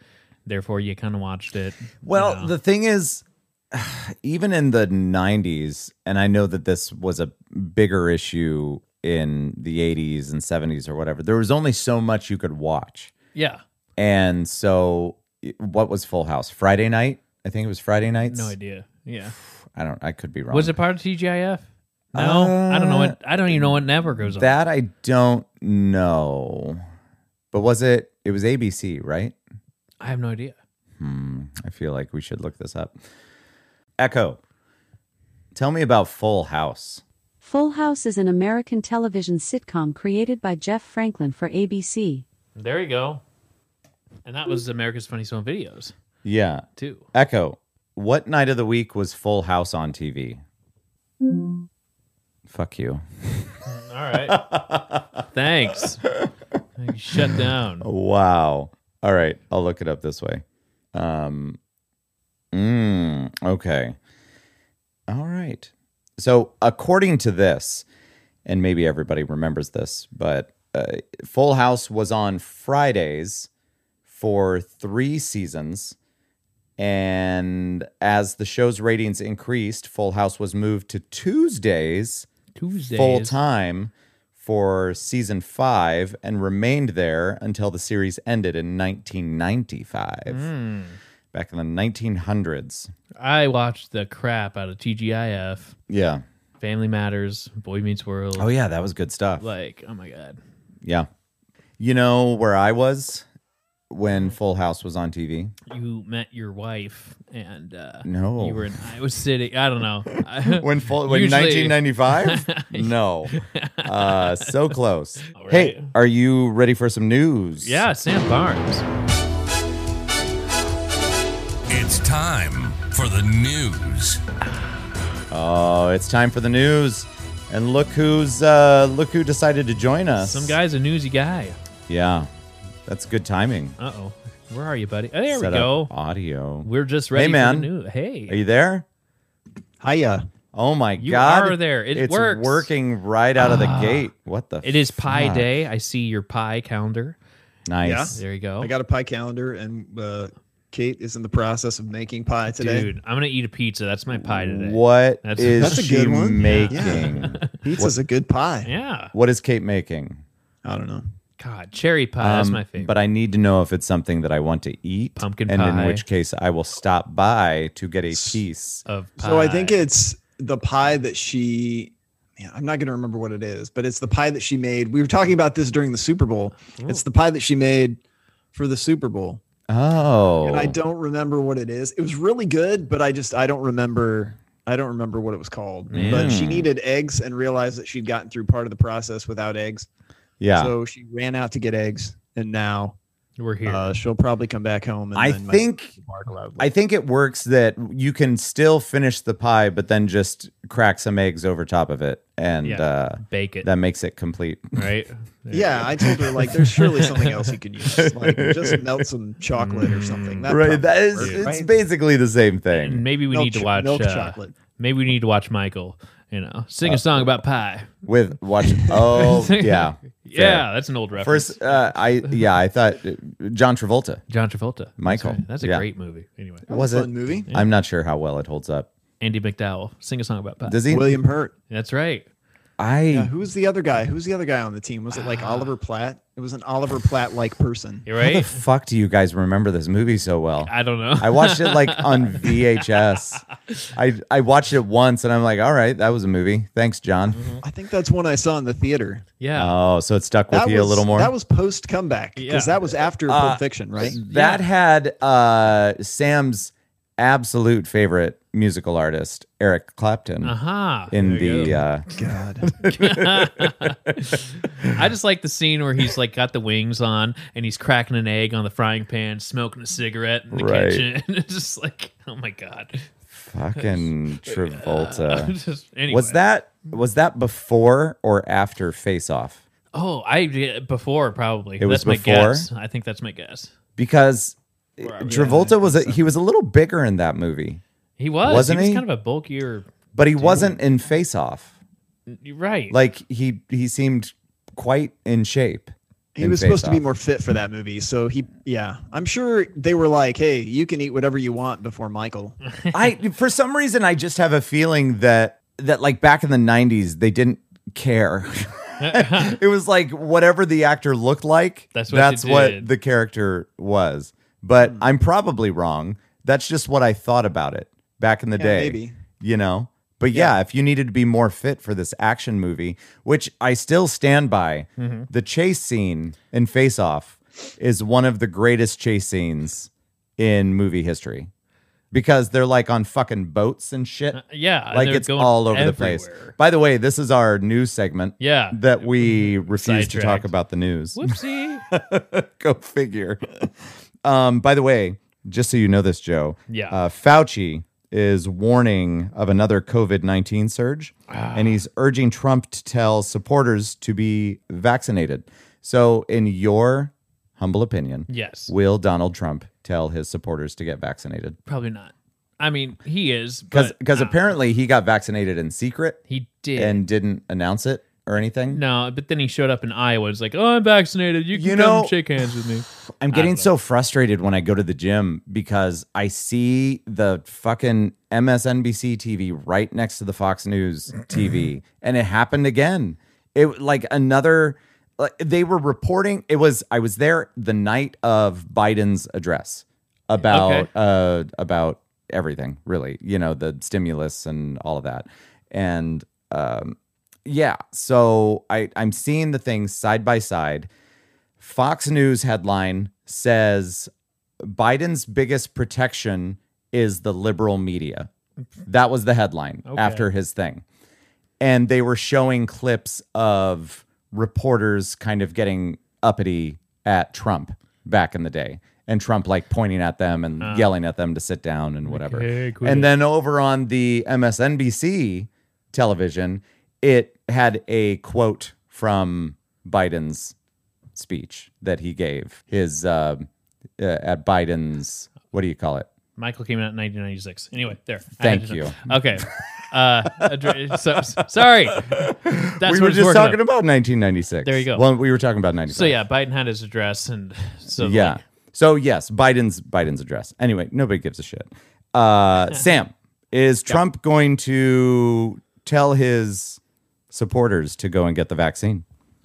A: Therefore, you kind of watched it.
B: Well,
A: you know.
B: the thing is, even in the '90s, and I know that this was a bigger issue in the '80s and '70s or whatever. There was only so much you could watch,
A: yeah,
B: and so it- what was Full House? Friday night? I think it was Friday nights.
A: no idea. Yeah,
B: I don't. I could be wrong.
A: was it part of TGIF? No, I don't know what. I don't even know what network goes on.
B: Uh, that? I don't know. But was it? It was ABC, right?
A: I have no idea.
B: Hmm, I feel like we should look this up. Echo, tell me about Full House.
C: Full House is an American television sitcom created by Jeff Franklin for ABC.
A: There you go. And that was America's Funniest Home Videos
B: Yeah.
A: too.
B: Echo, what night of the week was Full House on TV? Fuck you.
A: All right. Thanks. You Shut
B: Oh,
A: down.
B: Wow. All right. I'll look it up this way. Um, mm, okay. All right. So, according to this, and maybe everybody remembers this, but uh, Full House was on Fridays for three seasons. And as the show's ratings increased, Full House was moved to Tuesdays
A: Tuesdays.
B: full time for season five and remained there until the series ended in 1995. Hmm. Back in the 1900s.
A: I watched the crap out of TGIF,
B: Yeah.
A: Family Matters, Boy Meets World.
B: Oh, yeah. That was good stuff.
A: Like, oh my god.
B: Yeah. You know where I was when Full House was on TV?
A: You met your wife and uh
B: No.
A: you were in Iowa City. I don't know. I-
B: when full, when
A: Usually-
B: 1995? no. Uh, so close.
A: All
B: Hey,
A: right.
B: are you ready for some news?
A: yeah, Sam Barnes.
D: It's time for the news.
B: Oh, it's time for the news. And look who's uh, look who decided to join us.
A: Some guy's a newsy guy.
B: Yeah, that's good timing.
A: Uh oh. Where are you, buddy? Oh, there
B: Set
A: we
B: up
A: go.
B: Audio.
A: We're just ready.
B: Hey, man.
A: For the new- hey.
B: Are you there?
E: Hiya.
B: Oh my
A: You
B: god.
A: are there. It
B: it's
A: works. Ah.
B: working right out of the gate. What the
A: it is Pi
B: fuck?
A: Day. I see your Pi calendar.
B: Nice.
A: There you go.
E: I got a pie calendar, and uh, Kate is in the process of making pie today.
A: Dude, I'm gonna eat a pizza. That's my pie today.
B: What
A: That's-
B: is
E: That's a
B: she
E: good one.
B: making?
E: Pizza's a good pie.
A: Yeah.
B: What is Kate making?
E: I don't know.
A: God, cherry pie. Uh, that's
B: Um,
A: my favorite.
B: But I need to know if it's something that I want to eat.
A: Pumpkin
B: and in
A: pie.
B: which case I will stop by to get a piece.
A: of pie.
E: So I think it's the pie that she. Man, I'm not going to remember what it is, but it's the pie that she made. We were talking about this during the Super Bowl. It's the pie that she made for the Super Bowl,
B: Oh.
E: and I don't remember what it is. It was really good, but I just I don't remember. I don't remember what it was called. But she
B: Mm.
E: needed eggs and realized that she'd gotten through part of the process without eggs.
B: Yeah.
E: So she ran out to get eggs, and now
A: we're here.
E: Uh, she'll probably come back home. And
B: I
E: then my
B: think
E: bark loudly.
B: I think it works that you can still finish the pie, but then just crack some eggs over top of it, and
A: Yeah.
B: uh,
A: Bake it.
B: that makes it complete.
A: right. There you
E: yeah,
A: go.
E: I told her like, there's surely something else you could use, like just melt some chocolate or something. That probably
B: right, that is
E: works,
B: it's
E: right?
B: basically the same
A: And
B: thing
A: maybe we
E: Milk
A: need to
E: cho-
A: watch.
E: milk
A: uh,
E: chocolate. Uh,
A: Maybe we need to watch Michael. You know, sing a song about pie.
B: with watch. Oh yeah,
A: yeah, that's an old reference.
B: First, uh, I yeah, I thought uh, John Travolta
A: John Travolta. That's
B: Michael.
A: right. That's a
B: Yeah.
A: great movie. Anyway,
B: was
E: a
B: it
E: fun movie.
B: I'm not sure how well it holds up.
A: Andy McDowell, sing a song about pie.
B: Does he?
E: William Hurt.
A: That's right.
B: I
E: Yeah, who's the other guy? Who's the other guy on the team? Was it
B: Ah.
E: like Oliver Platt? It was an Oliver Platt like person.
A: You're
B: how the
A: right.
B: fuck do you guys remember this movie so well?
A: I don't know.
B: I watched it like on VHS. I I watched it once and I'm like, all right, that was a movie. Thanks, John.
E: I think that's one I saw in the theater.
A: yeah.
B: Oh, so it stuck with
E: That
B: you
E: was,
B: a little more.
E: That was post comeback
A: Yeah.
E: because that was after
B: Uh,
E: Pulp Fiction, right?
B: That had uh, Sam's absolute favorite musical artist, Eric Clapton,
A: Aha.
B: in
A: Uh-huh. There you
B: the
A: go.
B: uh,
E: God,
A: I just like the scene where he's like got the wings on and he's cracking an egg on the frying pan, smoking a cigarette in the
B: Right.
A: kitchen. it's just like, oh my god.
B: fucking Travolta.
A: Just- anyway.
B: Was that was that before or after Face Off?
A: Oh, I before probably.
B: It was
A: that's my
B: before?
A: guess. I think that's my guess.
B: Because
A: Right.
B: Travolta was a, he was a little bigger in that movie,
A: He was.
B: Wasn't
A: he?
B: he?
A: Was kind of a bulkier.
B: but he wasn't in Face Off.
A: You're right.
B: Like he he seemed quite in shape.
E: he
B: in
E: was
B: Face
E: supposed to be
B: Off.
E: more fit for that movie so he yeah i'm sure they were like hey you can eat whatever you want before michael
B: I for some reason I just have a feeling that that like back in the 90s they didn't care. it was like whatever the actor looked like
A: That's what
B: that's
A: you
B: what
A: did.
B: the character was. But
A: Hmm.
B: I'm probably wrong. That's just what I thought about it back in the
E: Yeah,
B: day.
E: maybe.
B: You know. But yeah. if you needed to be more fit for this action movie, which I still stand by,
A: Mm-hmm.
B: the chase scene in Face Off is one of the greatest chase scenes in movie history because they're like on fucking boats and shit.
A: yeah.
B: like
A: Uh, they're
B: it's
A: going
B: all over the place.
A: everywhere.
B: By the way, this is our news segment.
A: Yeah. Mm-hmm.
B: That we refuse to talk
A: Sidetracked.
B: about the news.
A: Whoopsie.
B: Go figure. um, by the way, just so you know this, Joe.
A: Yeah.
B: Uh, Fauci is warning of another COVID nineteen surge,
A: Ah.
B: and he's urging Trump to tell supporters to be vaccinated. So, in your humble opinion,
A: yes.
B: will Donald Trump tell his supporters to get vaccinated?
A: Probably not. I mean, he is
B: Because
A: but uh,
B: because apparently he got vaccinated in secret
A: he did.
B: and didn't announce it or anything.
A: no, but then he showed up in Iowa. It's like, oh, I'm vaccinated. You can
B: You
A: come
B: know-
A: shake hands with me.
B: I'm getting so frustrated when I go to the gym because I see the fucking MSNBC TV right next to the Fox News TV, and it happened again. It like another. Like, they were reporting. It was I was there the night of Biden's address about
A: Okay.
B: uh, about everything, really. You know, the stimulus and all of that, and um, yeah. So I I'm seeing the things side by side. Fox News headline says Biden's biggest protection is the liberal media. That was the headline after his thing. And they were showing clips of reporters kind of getting uppity at Trump back in the day. And Trump like pointing at them and yelling at them to sit down and whatever.
A: Okay, cool.
B: and then over on the MSNBC television, it had a quote from Biden's speech that he gave his uh, uh, at Biden's. What do you call it?
A: Michael came out in 1996. Anyway, there. I had
B: Thank
A: to-
B: you.
A: Okay. Uh, adre- so, so- sorry. That's
B: we
A: what
B: were
A: it's
B: just
A: working on.
B: talking about 1996.
A: There you go.
B: Well, we were talking about 96.
A: So yeah, Biden had his address, and so
B: yeah.
A: like,
B: so yes, Biden's Biden's address. Anyway, nobody gives a shit. Uh, Sam, is Trump going to tell his supporters to go and get the vaccine?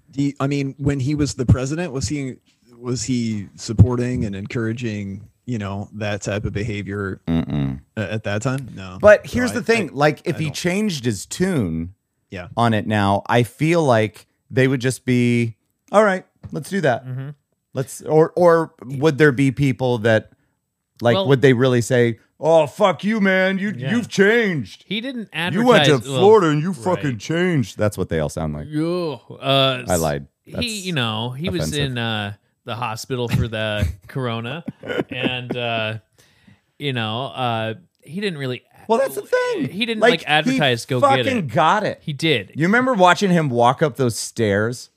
E: Do you- I mean, when he was the president, was he was he supporting and encouraging you know that type of behavior a- at that time? No.
B: But
E: So
B: here's
E: I-
B: the thing:
E: I-
B: like, if he
E: don't-
B: changed his tune
E: yeah.
B: on it now, I feel like they would just be all right. Let's do that.
A: Mm-hmm.
B: Let's or or would there be people that like
A: Well-
B: would they really say, "Oh fuck you, man! You
A: Yeah.
B: you've changed."
A: he didn't advertise.
B: You went to
A: well,
B: Florida and you
A: right.
B: fucking changed. That's what they all sound like.
A: Yo, uh,
B: I lied.
A: He,
B: That's-
A: you know, he was
B: offensive.
A: in uh, the hospital for the corona, and uh, you know, uh, he didn't really.
B: Well, that's the thing.
A: He didn't like,
B: he
A: advertise. Go
B: fucking
A: get it.
B: got it.
A: He did.
B: You remember watching him walk up those stairs,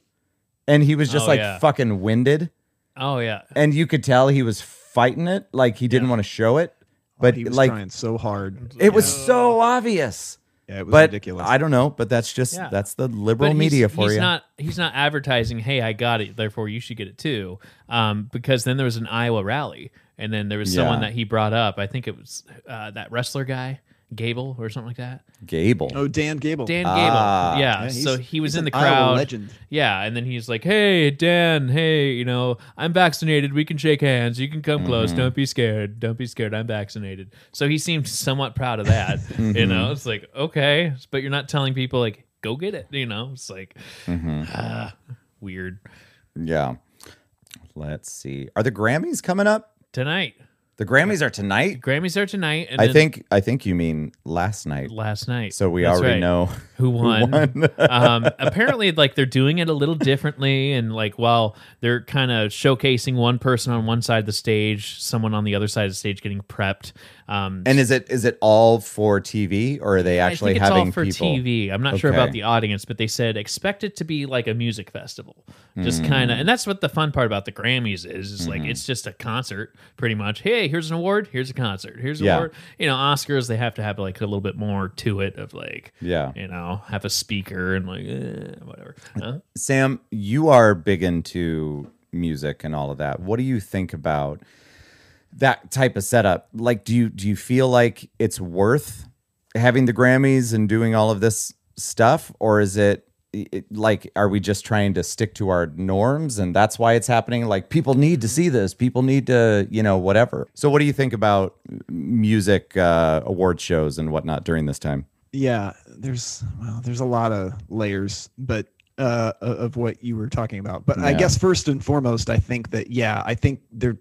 B: and he was just
A: Oh,
B: like
A: yeah.
B: fucking winded,
A: oh yeah.
B: and you could tell he was fighting it, like he didn't want to show it, but
E: he was
B: like
E: trying so hard.
B: it was so obvious.
E: Yeah, it was
B: But
E: ridiculous.
B: I don't know. But that's just
A: Yeah.
B: that's the
A: But
B: liberal
A: he's-
B: media for
A: he's
B: you.
A: not he's not advertising. Hey, I got it. Therefore, you should get it too. Um, because then there was an Iowa rally, and then there was someone
B: Yeah.
A: that he brought up. I think it was uh, that wrestler guy, Gable or something like that.
B: Gable.
E: oh, Dan Gable.
A: Dan Gable.
B: Ah.
A: yeah.
E: Yeah, he's-
A: so he was
E: he's
A: in the
E: an Iowa
A: crowd.
E: legend.
A: Yeah, and then he's like, "Hey, Dan. Hey, you know, I'm vaccinated. We can shake hands. You can come close.
B: Mm-hmm.
A: Don't be scared. Don't be scared. I'm vaccinated." So he seemed somewhat proud of that. You
B: Mm-hmm.
A: know, it's like okay, but you're not telling people like go get it. You know, it's like
B: Mm-hmm.
A: ah, weird
B: Yeah. Let's see. Are the Grammys coming up?
A: tonight.
B: The Grammys are tonight.
A: Grammys are tonight. And
B: I
A: then
B: think I think you mean last night.
A: last night.
B: So we
A: That's
B: already
A: right.
B: know.
A: who won. um, apparently, like they're doing it a little differently, and like while they're kind of showcasing one person on one side of the stage, someone on the other side of the stage getting prepped. Um,
B: And is it is it all for TV or are they actually
A: I think it's
B: having
A: all for
B: people?
A: TV. I'm not sure
B: Okay.
A: about the audience, but they said expect it to be like a music festival, just
B: Hmm.
A: kind of. And that's what the fun part about the Grammys is. Is
B: Mm-hmm.
A: like it's just a concert, pretty much. Hey, here's an award. Here's a concert. Here's an
B: Yeah.
A: award. You know, Oscars they have to have like a little bit more to it of like,
B: Yeah.
A: you know, have a speaker and like eh, whatever. Huh?
B: Sam, you are big into music and all of that. What do you think about that type of setup? Like do you do you feel like it's worth having the Grammys and doing all of this stuff or is it it, like are we just trying to stick to our norms and that's why it's happening like people need to see this people need to you know whatever so what do you think about music uh award shows and whatnot during this time
E: yeah there's well there's a lot of layers but uh o- of what you were talking about but i
B: Yeah.
E: guess first and foremost i think that yeah i think they're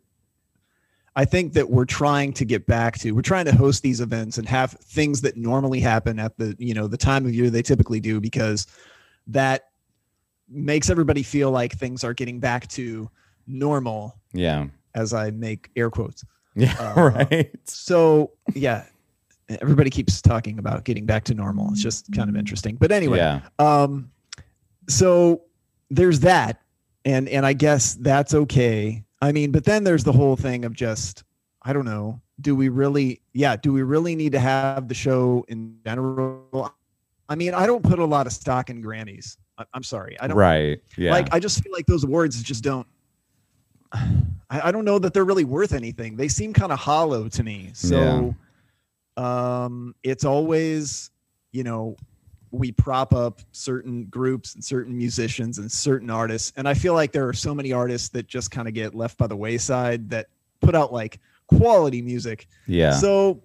E: i think that we're trying to get back to we're trying to host these events and have things that normally happen at the you know the time of year they typically do because that makes everybody feel like things are getting back to normal
B: yeah
E: as i make air quotes
B: yeah
E: Uh,
B: right
E: so yeah everybody keeps talking about getting back to normal it's just kind of interesting but anyway
B: yeah
E: um, so there's that, and and I guess that's okay. I mean, but then there's the whole thing of just I don't know. Do we really? Yeah. Do we really need to have the show in general? I mean, I don't put a lot of stock in Grammys. I, I'm sorry. I don't
B: right yeah
E: like. I just feel like those awards just don't. I, I don't know that they're really worth anything. They seem kind of hollow to me. So, um, it's always, you know, we prop up certain groups and certain musicians and certain artists. And I feel like there are so many artists that just kind of get left by the wayside that put out like quality music.
B: yeah
E: So,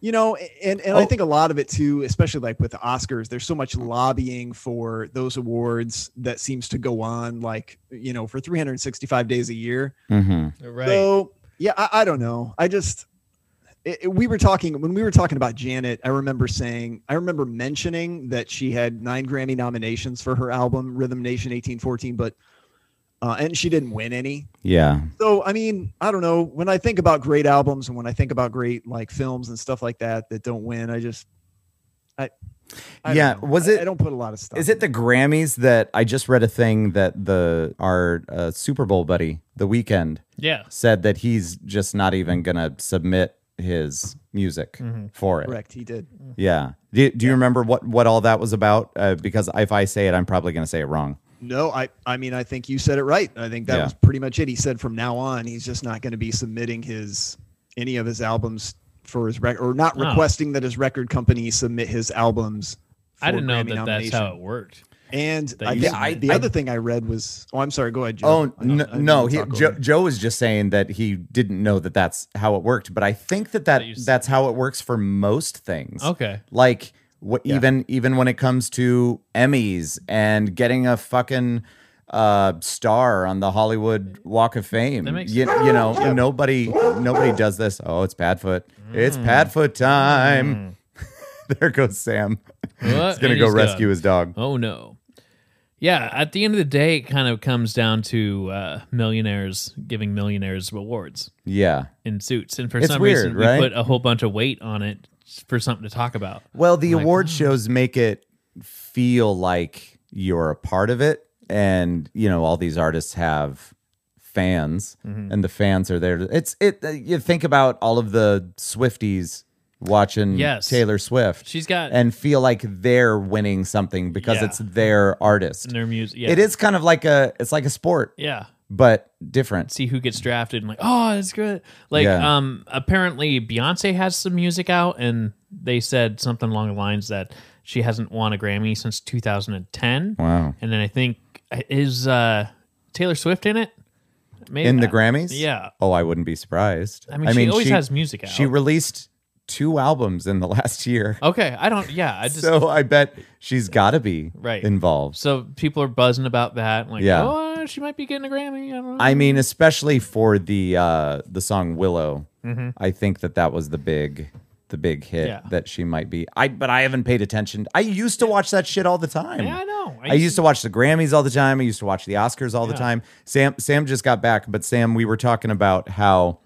E: you know, and and I
B: Oh.
E: think a lot of it too, especially like with the Oscars, there's so much lobbying for those awards that seems to go on like, you know, for 365 days a year.
B: Mhm.
A: Right.
E: So yeah, I, I don't know. I just it, it- we were talking when we were talking about Janet. I remember saying I remember mentioning that she had nine Grammy nominations for her album Rhythm Nation 1814, but uh, and she didn't win any.
B: yeah
E: So I mean, I don't know. When I think about great albums and when I think about great like films and stuff like that that don't win, I just I, I don't
B: Yeah,
E: know.
B: was
E: I-
B: it-
E: I, don't put a lot of stuff.
B: Is it the Grammys that I just read a thing that the our uh, Super Bowl buddy, The Weekend,
A: Yeah.
B: said that he's just not even gonna submit his music for it.
E: Mm-hmm. Correct. He did.
B: Yeah. Do, do you remember what what all that was about? Uh, because if I say it, I'm probably gonna say it wrong.
E: No, I, I mean, I think you said it right. I think that
B: Yeah.
E: was pretty much it. He said from now on, he's just not going to be submitting his any of his albums for his record, or not
A: Oh.
E: requesting that his record company submit his albums.
A: I
E: for
A: didn't know
E: Grammy
A: that that's
E: nomination.
A: how it worked.
E: And
A: that
E: I
A: you
E: think
A: submitted.
E: the
A: Yeah, I-
E: other thing I read was, oh, I'm sorry. Go ahead, Joe.
B: Oh
E: I don't-
B: no,
E: I didn't
B: no
E: mean to
B: he,
E: talk
B: Joe,
E: over you.
B: Joe was just saying that he didn't know that that's how it worked, but I think that, that
A: you s-
B: that's how it works for most things.
A: Okay.
B: like what even even when it comes to Emmys and getting a fucking uh star on the Hollywood Walk of Fame.
A: That makes
B: you, you know, nobody nobody does this. Oh, it's Padfoot. It's
A: Mm.
B: Padfoot time. there goes Sam. He's
A: What?
B: going to
A: And
B: go
A: he's
B: rescue
A: done.
B: his dog.
A: Oh no. Yeah, at the end of the day, it kind of comes down to uh, millionaires giving millionaires rewards
B: Yeah.
A: in suits, and for
B: It's
A: some
B: weird,
A: reason,
B: right?
A: we put a whole bunch of weight on it for something to talk about.
B: Well, the
A: Like, "Oh."
B: award shows make it feel like you're a part of it, and you know all these artists have fans,
A: Mm-hmm.
B: and the fans are there. to- It's it. uh, You think about all of the Swifties watching
A: Yes.
B: Taylor Swift
A: She's got
B: and feel like they're winning something because
A: Yeah.
B: it's their artist.
A: in their music. Yeah.
B: It is kind of like a it's like a sport,
A: Yeah.
B: but different.
A: See who gets drafted and like, oh, that's good. Like,
B: Yeah.
A: um, apparently Beyonce has some music out, and they said something along the lines that she hasn't won a Grammy since 2010.
B: Wow.
A: And then I think is uh, Taylor Swift in it? Maybe
B: In the Grammys?
A: Yeah.
B: Oh, I wouldn't be surprised.
A: I mean, she always has music out.
B: She released two albums in the last year.
A: Okay, I don't. Yeah, I just so,
B: so I bet she's got to be
A: Right.
B: involved.
A: people are buzzing about that. Like,
B: Yeah.
A: oh, she might be getting a Grammy. I don't know.
B: I mean, especially for the uh, the song Willow. I think that that was the big the big hit
A: Mm-hmm. Yeah.
B: that she might be. I but I haven't paid attention. I used to watch that shit all the time.
A: yeah, I know.
B: I used to watch the Grammys all the time. I used to watch the Oscars all the
A: Yeah.
B: time. Sam Sam just got back, but Sam, we were talking about how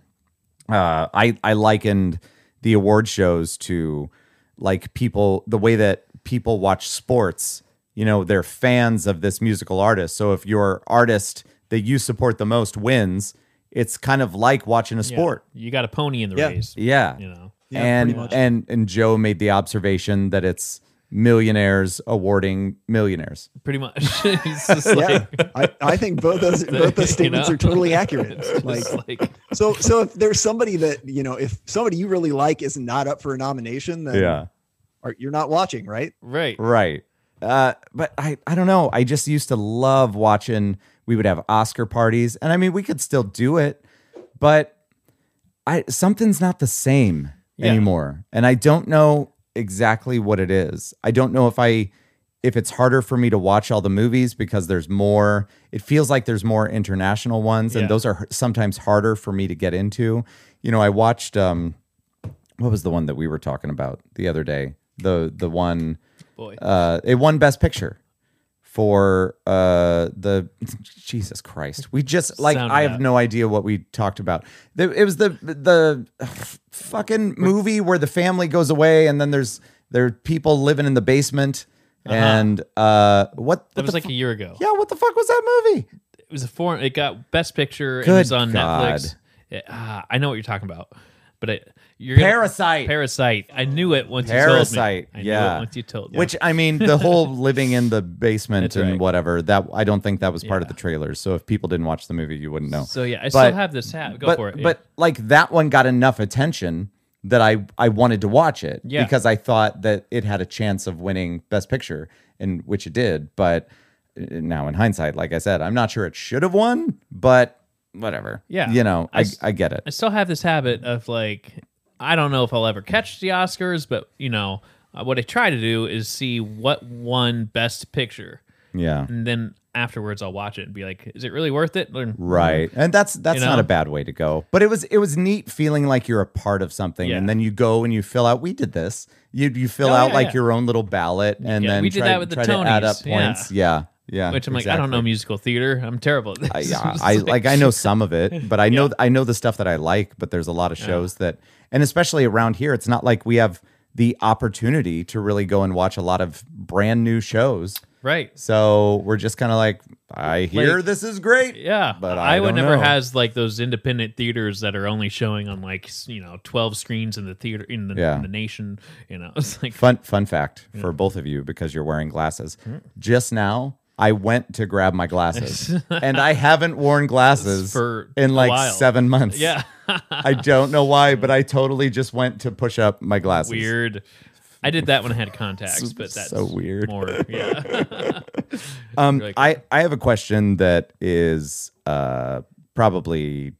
B: uh, I I likened the award shows to like people the way that people watch sports. You know, they're fans of this musical artist. So if your artist that you support the most wins, it's kind of like watching a
A: Yeah.
B: sport.
A: You got a pony in the
E: Yeah.
A: race.
B: Yeah
A: You know.
E: Yeah, pretty
B: and
E: much.
B: and and Joe made the observation that it's millionaires awarding millionaires.
A: Pretty much. It's just like-
E: yeah, I, I think both those both those
A: You
E: statements
A: know?
E: are totally accurate.
A: it's
E: like,
A: just like,
E: so so if there's somebody that you know, if somebody you really like is not up for a nomination, then are, you're not watching, right?
A: right.
B: Right. Uh, but I, I don't know. I just used to love watching. We would have Oscar parties, and I mean, we could still do it, but I something's not the same
A: Yeah.
B: anymore, and I don't know exactly what it is. I don't know if I if it's harder for me to watch all the movies because there's more. It feels like there's more international ones,
A: Yeah.
B: and those are h- sometimes harder for me to get into. You know, I watched um, what was the one that we were talking about the other day? The the one
A: Boy.
B: uh, it won Best Picture for uh, the Jesus Christ. We just like
A: Sound it
B: I have
A: out.
B: no idea what we talked about. The- It was the the fucking movie where the family goes away and then there's there are people living in the basement and uh, what,
A: Uh-huh. that
B: what
A: was
B: the
A: like
B: fu-
A: a year ago.
B: yeah what the fuck was that movie?
A: It was a foreign. It got Best Picture. and
B: Good
A: it was on
B: God.
A: Netflix. It- ah, I know what you're talking about, but it, you're gonna-
B: Parasite.
A: Parasite. I knew it once
B: Parasite.
A: you told me. I
B: yeah.
A: Knew it once you told me.
B: Which I mean, the whole living in the basement
A: That's
B: and
A: right.
B: whatever. That I don't think that was part of
A: Yeah.
B: the trailers. So if people didn't watch the movie, you wouldn't know.
A: So yeah, I
B: But-
A: still have this hat. Go
B: but,
A: for it. yeah.
B: But like that one got enough attention that I I wanted to watch it
A: Yeah.
B: because I thought that it had a chance of winning Best Picture, and which it did. But uh, now in hindsight, like I said, I'm not sure it should have won, but whatever.
A: Yeah.
B: you know,
A: I
B: I,
A: s-
B: I get it.
A: I still have this habit of like, I don't know if I'll ever catch the Oscars, but you know, uh, what I try to do is see what won Best Picture,
B: yeah,
A: and then afterwards I'll watch it and be like, is it really worth it? Or-
B: right. And that's that's
A: You
B: not
A: know?
B: a bad way to go. But it was it was neat feeling like you're a part of something,
A: Yeah.
B: and then you go and you fill out. We did this. You you fill
A: Oh,
B: out
A: yeah,
B: like
A: yeah.
B: your own little ballot, and
A: Yeah,
B: then
A: we did
B: try,
A: that with the
B: try to add up
A: Tonys, yeah.
B: points. Yeah, yeah.
A: Which I'm like, I don't
B: exactly.
A: know musical theater. I'm terrible at this.
B: I, yeah,
A: It's
B: I like I know some of it, but I know I know the stuff that I like. But there's a lot of shows that, and especially around here, it's not like we have the opportunity to really go and watch a lot of brand new shows.
A: right.
B: So we're just kind of like, I hear
A: Like-
B: this is great.
A: Yeah,
B: But I
A: would
B: don't
A: never
B: know.
A: has like those independent theaters that are only showing on like s- you know twelve screens in the theater in the,
B: Yeah.
A: in the nation. You know, it's like
B: Fun fun fact
A: Mm.
B: for both of you because you're wearing glasses. Just now, I went to grab my glasses, and I haven't worn glasses
A: For
B: in
A: a
B: like
A: while.
B: seven months.
A: yeah,
B: I don't know why, but I totally just went to push up my glasses.
A: weird. I did that when I had contacts,
B: So-
A: but that's
B: so weird.
A: More, yeah.
B: Um,
A: You're like-
B: I I have a question that is uh probably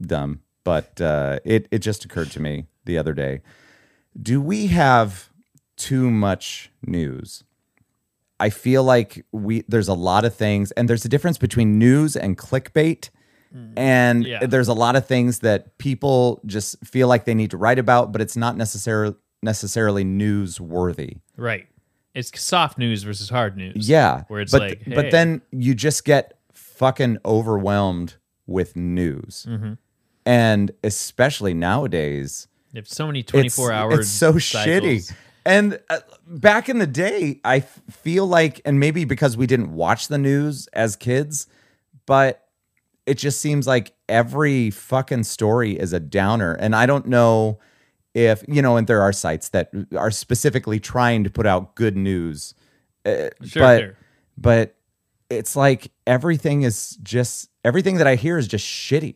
B: dumb, but uh, it it just occurred to me the other day. Do we have too much news? I feel like we there's a lot of things, and there's a difference between news and clickbait. And
A: Mm. Yeah.
B: there's a lot of things that people just feel like they need to write about, but it's not necessarily necessarily newsworthy.
A: right. It's soft news versus hard news.
B: Yeah.
A: where it's
B: but,
A: like, hey.
B: but then you just get fucking overwhelmed with news.
A: Mm-hmm.
B: And especially nowadays,
A: If so many
B: it's-
A: twenty-four hours.
B: It's so shitty. And uh, back in the day, I f- feel like, and maybe because we didn't watch the news as kids, but it just seems like every fucking story is a downer. And I don't know if, you know, and there are sites that are specifically trying to put out good news. uh,
A: Sure,
B: but
A: sure.
B: but it's like everything is just everything that I hear is just shitty.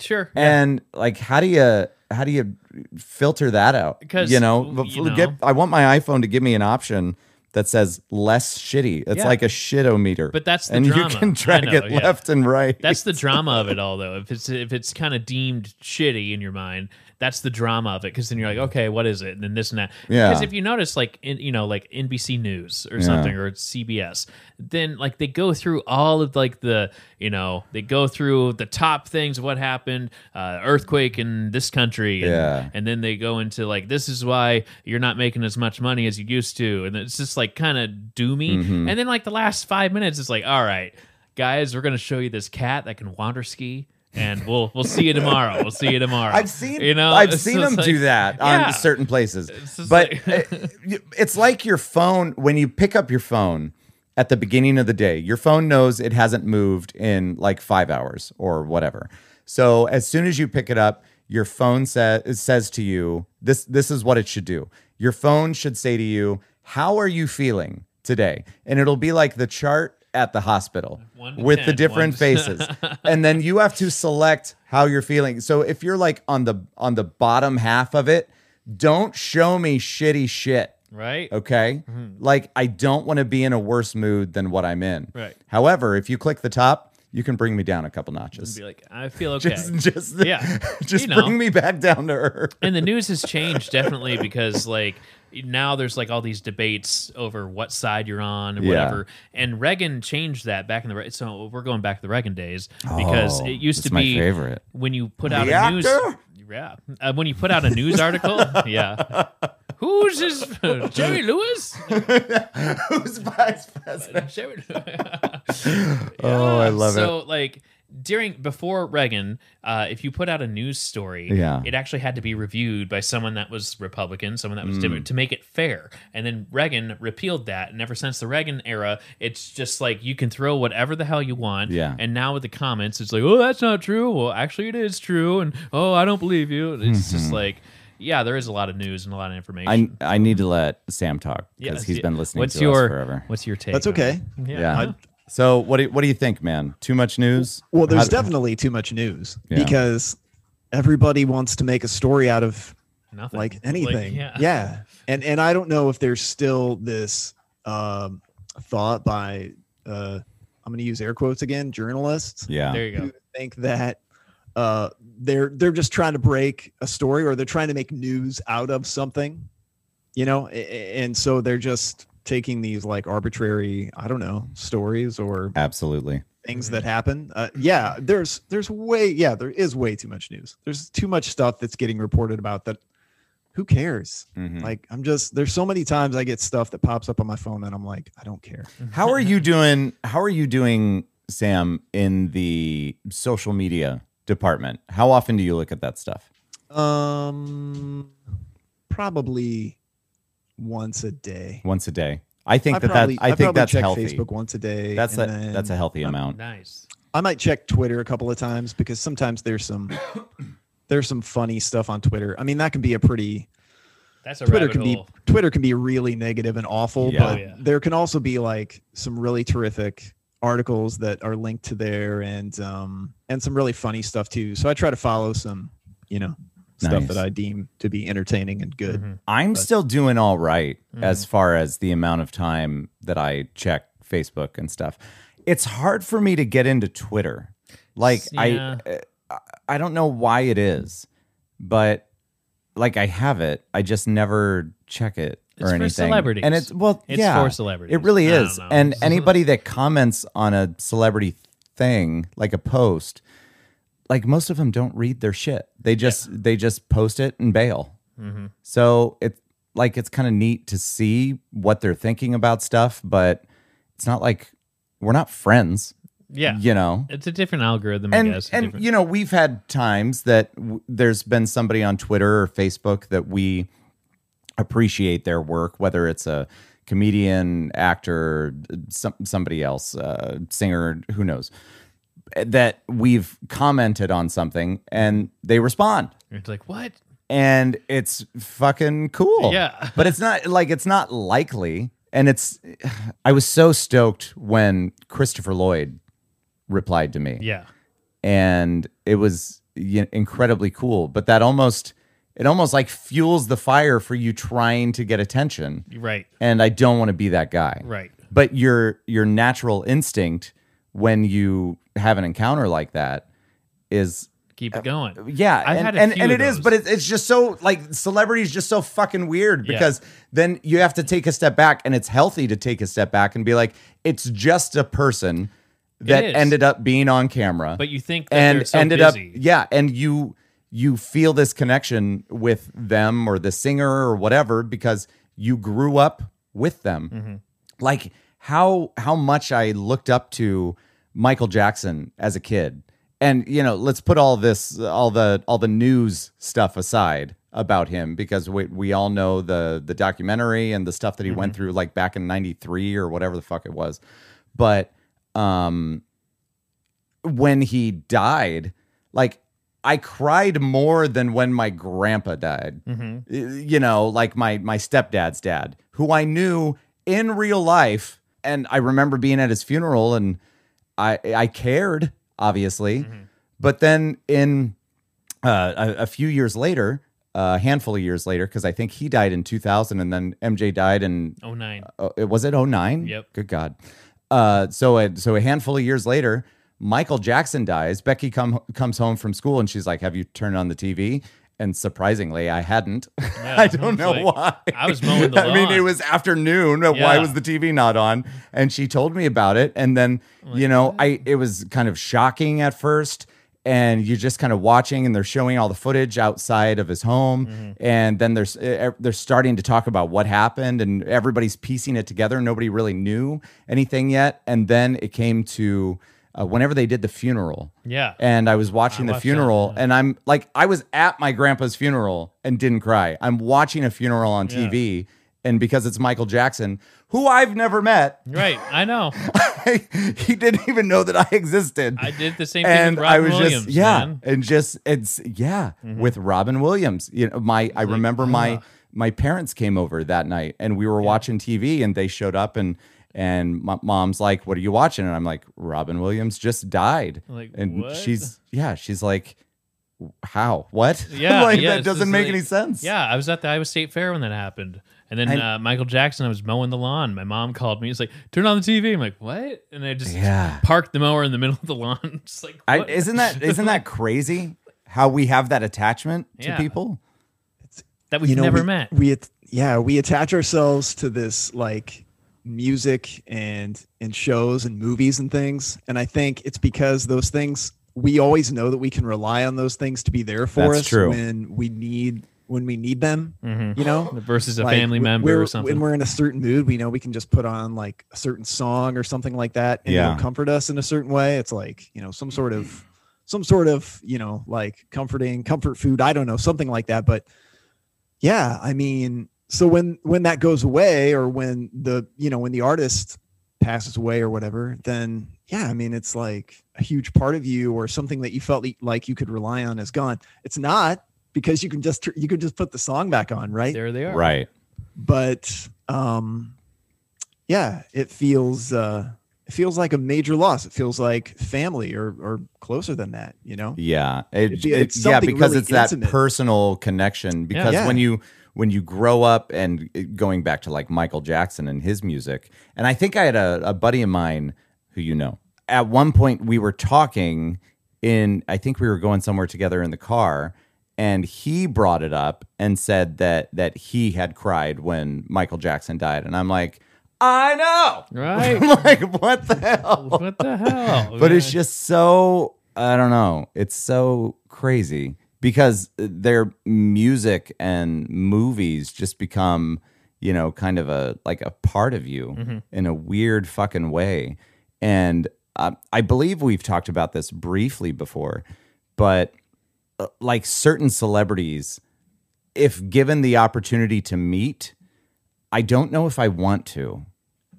A: Sure.
B: And like, how do you how do you filter that out?
A: 'Cause,
B: you know,
A: w- you
B: get-
A: know.
B: I want my iPhone to give me an option that says less shitty. It's
A: Yeah.
B: like a shitometer.
A: But that's the
B: and
A: drama.
B: you can
A: I
B: drag
A: know,
B: it
A: yeah.
B: left and right.
A: That's the drama of it all, though. If it's if it's kind of deemed shitty in your mind, that's the drama of it. Because then you're like, okay, what is it? And then this and that.
B: Yeah.
A: Because if you notice, like in, you know, like NBC News or something or CBS, then like they go through all of like the you know they go through the top things of what happened, uh, earthquake in this country, and,
B: Yeah.
A: and then they go into like this is why you're not making as much money as you used to, and it's just like kind of doomy.
B: Mm-hmm.
A: And then like the last five minutes, it's like, all right, guys, we're gonna show you this cat that can wander ski, and we'll we'll see you tomorrow. We'll see you tomorrow.
B: I've seen,
A: you know,
B: I've
A: It's
B: seen
A: just
B: them
A: like-
B: do that
A: Yeah.
B: on certain places.
A: just
B: But
A: like-
B: uh, you- it's like your phone when you pick up your phone at the beginning of the day. Your phone knows it hasn't moved in like five hours or whatever. So as soon as you pick it up, your phone sa- it says to you, "This this is what it should do." Your phone should say to you, "How are you feeling today?" And it'll be like the chart at the hospital
A: One to
B: with the
A: 10, one-
B: different faces and then you have to select how you're feeling so if you're like on the on the bottom half of it don't show me shitty shit
A: right?
B: okay like i don't want to be in a worse mood than what i'm in
A: Right.
B: however if you click the top you can bring me down a couple notches
A: Be like, I feel okay.
B: just just
A: Yeah.
B: just
A: You know.
B: bring me back down to earth
A: and the news has changed definitely because like now there's like all these debates over what side you're on and
B: Yeah.
A: whatever and reagan changed that back in the Re- so we're going back to the reagan days because
B: Oh,
A: it used to
B: that's my
A: be
B: favorite.
A: when you put out a news
B: Reactor?
A: yeah uh, when you put out a news article yeah who's this jerry lewis
B: who's vice president
A: Jerry-
B: oh i
A: Yeah.
B: love it
A: So like during before Reagan, uh, if you put out a news story,
B: Yeah.
A: it actually had to be reviewed by someone that was Republican, someone that was
B: Mm.
A: different to make it fair. And then Reagan repealed that, and ever since the Reagan era, it's just like you can throw whatever the hell you want.
B: Yeah.
A: And now with the comments, it's like, oh, that's not true. Well, actually, it is true, and oh, I don't believe you. It's just like. Yeah, there is a lot of news and a lot of information.
B: Mm-hmm. I, I need to let Sam talk
A: yeah,
B: because he's been listening
A: what's
B: to
A: your,
B: us forever.
A: What's your take?
E: That's
A: on it?
E: okay.
A: Yeah.
B: Yeah. so what do you, what do you think, man? Too much news?
E: Well, there's
B: How-
E: definitely too much news
B: Yeah.
E: because everybody wants to make a story out of
A: Nothing.
E: like anything.
A: yeah.
E: And and I don't know if there's still this um, thought by uh, I'm going to use air quotes again, journalists
B: Yeah.
A: There you go.
E: who think that uh, they're they're just trying to break a story or they're trying to make news out of something, you know, A- a- and so they're just taking these like arbitrary, I don't know, stories or
B: Absolutely.
E: things that happen. Uh, yeah, there's there's way yeah there is way too much news. There's too much stuff that's getting reported about that. Who cares?
B: Mhm.
E: Like I'm just there's so many times I get stuff that pops up on my phone that I'm like I don't care.
B: How are you doing? How are you doing, Sam, in the social media department? How often do you look at that stuff?
E: Um, probably once a day.
B: Once a day. I think
E: I
B: that
E: probably,
B: that I, think
E: probably
B: that's
E: check
B: healthy.
E: Facebook once a day.
B: That's a
E: and then
B: that's a healthy amount.
A: Nice.
E: I might check Twitter a couple of times because sometimes there's some there's some funny stuff on Twitter. I mean, that can be a pretty
A: That's a
E: Twitter
A: rabbit
E: can be
A: hole.
E: Twitter can be really negative and awful,
B: Yeah.
E: but
A: Oh, yeah.
E: there can also be like some really terrific articles that are linked to there and um and some really funny stuff too. So I try to follow some, you know, stuff
B: Nice.
E: that I deem to be entertaining and good.
A: Mhm.
B: I'm
E: But-
B: still doing all right
A: Mm.
B: as far as the amount of time that I check Facebook and stuff. It's hard for me to get into Twitter. Like
A: Yeah.
B: I uh, I I don't know why it is, but like I have it. I just never check it
A: It's
B: or
A: for
B: anything.
A: celebrities.
B: And it's well
A: It's
B: yeah.
A: for celebrities.
B: It really
A: I don't
B: is.
A: know.
B: And anybody that comments on a celebrity thing, like a post, like most of them don't read their shit. They just they just post it and bail.
A: Mm-hmm.
B: So it like it's kind of neat to see what they're thinking about stuff, but it's not like we're not friends,
A: Yeah.
B: you know.
A: It's a different algorithm, I
B: And
A: guess. a
B: and
A: different-
B: you know, we've had times that w- there's been somebody on Twitter or Facebook that we appreciate their work, whether it's a comedian, actor, some, somebody else, uh, singer, who knows, that we've commented on something and they respond
A: it's like, what?
B: and it's fucking cool.
A: Yeah.
B: But it's not like it's not likely. And it's I was so stoked when Christopher Lloyd replied to me.
A: Yeah.
B: And it was you know, incredibly cool. But that almost it almost like fuels the fire for you trying to get attention.
A: Right.
B: And I don't want to be that guy
A: Right.
B: but your your natural instinct when you have an encounter like that is
A: Keep it going.
B: yeah
A: I've
B: and,
A: had a
B: and,
A: few
B: and
A: of
B: it is
A: those.
B: but it, it's just so like celebrity is just so fucking weird
A: Yeah.
B: because then you have to take a step back and it's healthy to take a step back and be like it's just a person that
A: is.
B: ended up being on camera
A: But you think that
B: and
A: they're so
B: ended
A: busy.
B: up yeah and you you feel this connection with them or the singer or whatever because you grew up with them
A: Mm-hmm.
B: like how how much i looked up to michael jackson as a kid and you know let's put all this all the all the news stuff aside about him because we, we all know the the documentary and the stuff that he
A: Mm-hmm.
B: went through like back in 93 or whatever the fuck it was but um when he died, like I cried more than when my grandpa died. Y- You know, like my my stepdad's dad, who I knew in real life, and I remember being at his funeral, and I I cared obviously, but then in uh, a, a few years later, a handful of years later, because I think he died in 2000, and then MJ died in
A: Oh nine.
B: uh, it was it 09
A: Yep.
B: good god uh so a, so a handful of years later michael jackson dies becky come, comes home from school and she's like have you turned on the tv and surprisingly i hadn't i don't
A: it's
B: know
A: like,
B: why
A: I was mowing the
B: i mean it
A: lawn.
B: was afternoon why
A: Yeah.
B: was the tv not on and she told me about it and then you know i it was kind of shocking at first and you're just kind of watching and they're showing all the footage outside of his home
A: Mm-hmm.
B: and then there's eh, they're starting to talk about what happened and everybody's piecing it together nobody really knew anything yet and then it came to uh, whenever they did the funeral
A: Yeah.
B: and I was watching the
A: watched that,
B: funeral,
A: yeah.
B: and I'm like, I was at my grandpa's funeral and didn't cry. I'm watching a funeral on TV, and because it's Michael Jackson, who I've never met,
A: right. I know.
B: he didn't even know that I existed.
A: I did the same thing
B: and
A: with Robin
B: I was
A: Williams.
B: just yeah,
A: man. Mm-hmm.
B: and just it's yeah with Robin Williams. You know, my I remember
A: "Ah."
B: my my parents came over that night, and we were watching TV, and they showed up and. And my mom's like, "What are you watching?" And I'm like, "Robin Williams just died."
A: Like,
B: and
A: what?
B: she's yeah, she's like, "How? What?
A: Yeah,
B: like
A: yeah,
B: that
A: it's
B: doesn't
A: just
B: make
A: like-
B: any sense."
A: Yeah, I was at the Iowa State Fair when that happened. And then
B: And-
A: uh, Michael Jackson, I was mowing the lawn. My mom called me. She's like, turn on the TV. I'm like, what? And I just
B: Yeah.
A: parked the mower in the middle of the lawn. Just like,
B: I,
A: what?
B: isn't that isn't that crazy? How we have that attachment to
A: Yeah.
B: people?
A: that we've
E: you know,
A: never
E: we,
A: met?
E: We at- yeah, we attach ourselves to this like music and and shows and movies and things, and I think it's because those things we always know that we can rely on those things to be there for
B: That's
E: us
B: true.
E: when we need when we need them. You know,
A: Mm-hmm. Versus a
E: Like,
A: family
E: w-
A: member
E: we're-
A: or something.
E: When we're in a certain mood, we know we can just put on like a certain song or something like that, and
B: Yeah.
E: it'll comfort us in a certain way. It's like you know some sort of some sort of you know like comforting comfort food. I don't know something like that, but yeah, I mean so when when that goes away or when the you know when the artist passes away or whatever then yeah i mean it's like a huge part of you or something that you felt li- like you could rely on is gone it's not because you can just tr- you can just put the song back on right
A: There they are.
B: Right.
E: but um yeah it feels uh it feels like a major loss it feels like family or or closer than that you know
B: Yeah. It,
E: It'd be-
B: it-
E: it's
B: yeah,
E: something
B: because
E: really
B: it's that
E: intimate.
B: personal connection. Because
E: Yeah.
B: when you when you grow up and it- going back to like Michael Jackson and his music, and I think I had a, a buddy of mine who you know. At one point we were talking in I think we were going somewhere together in the car and he brought it up and said that that he had cried when Michael Jackson died and I'm like I know.
A: Right.
B: I'm like what the hell?
A: what the hell?
B: but
A: Yeah.
B: it's just so I don't know. It's so crazy because their music and movies just become, you know, kind of a like a part of you
A: Mm-hmm.
B: in a weird fucking way. And uh, I believe we've talked about this briefly before, but uh, like certain celebrities, if given the opportunity to meet, I don't know if I want to.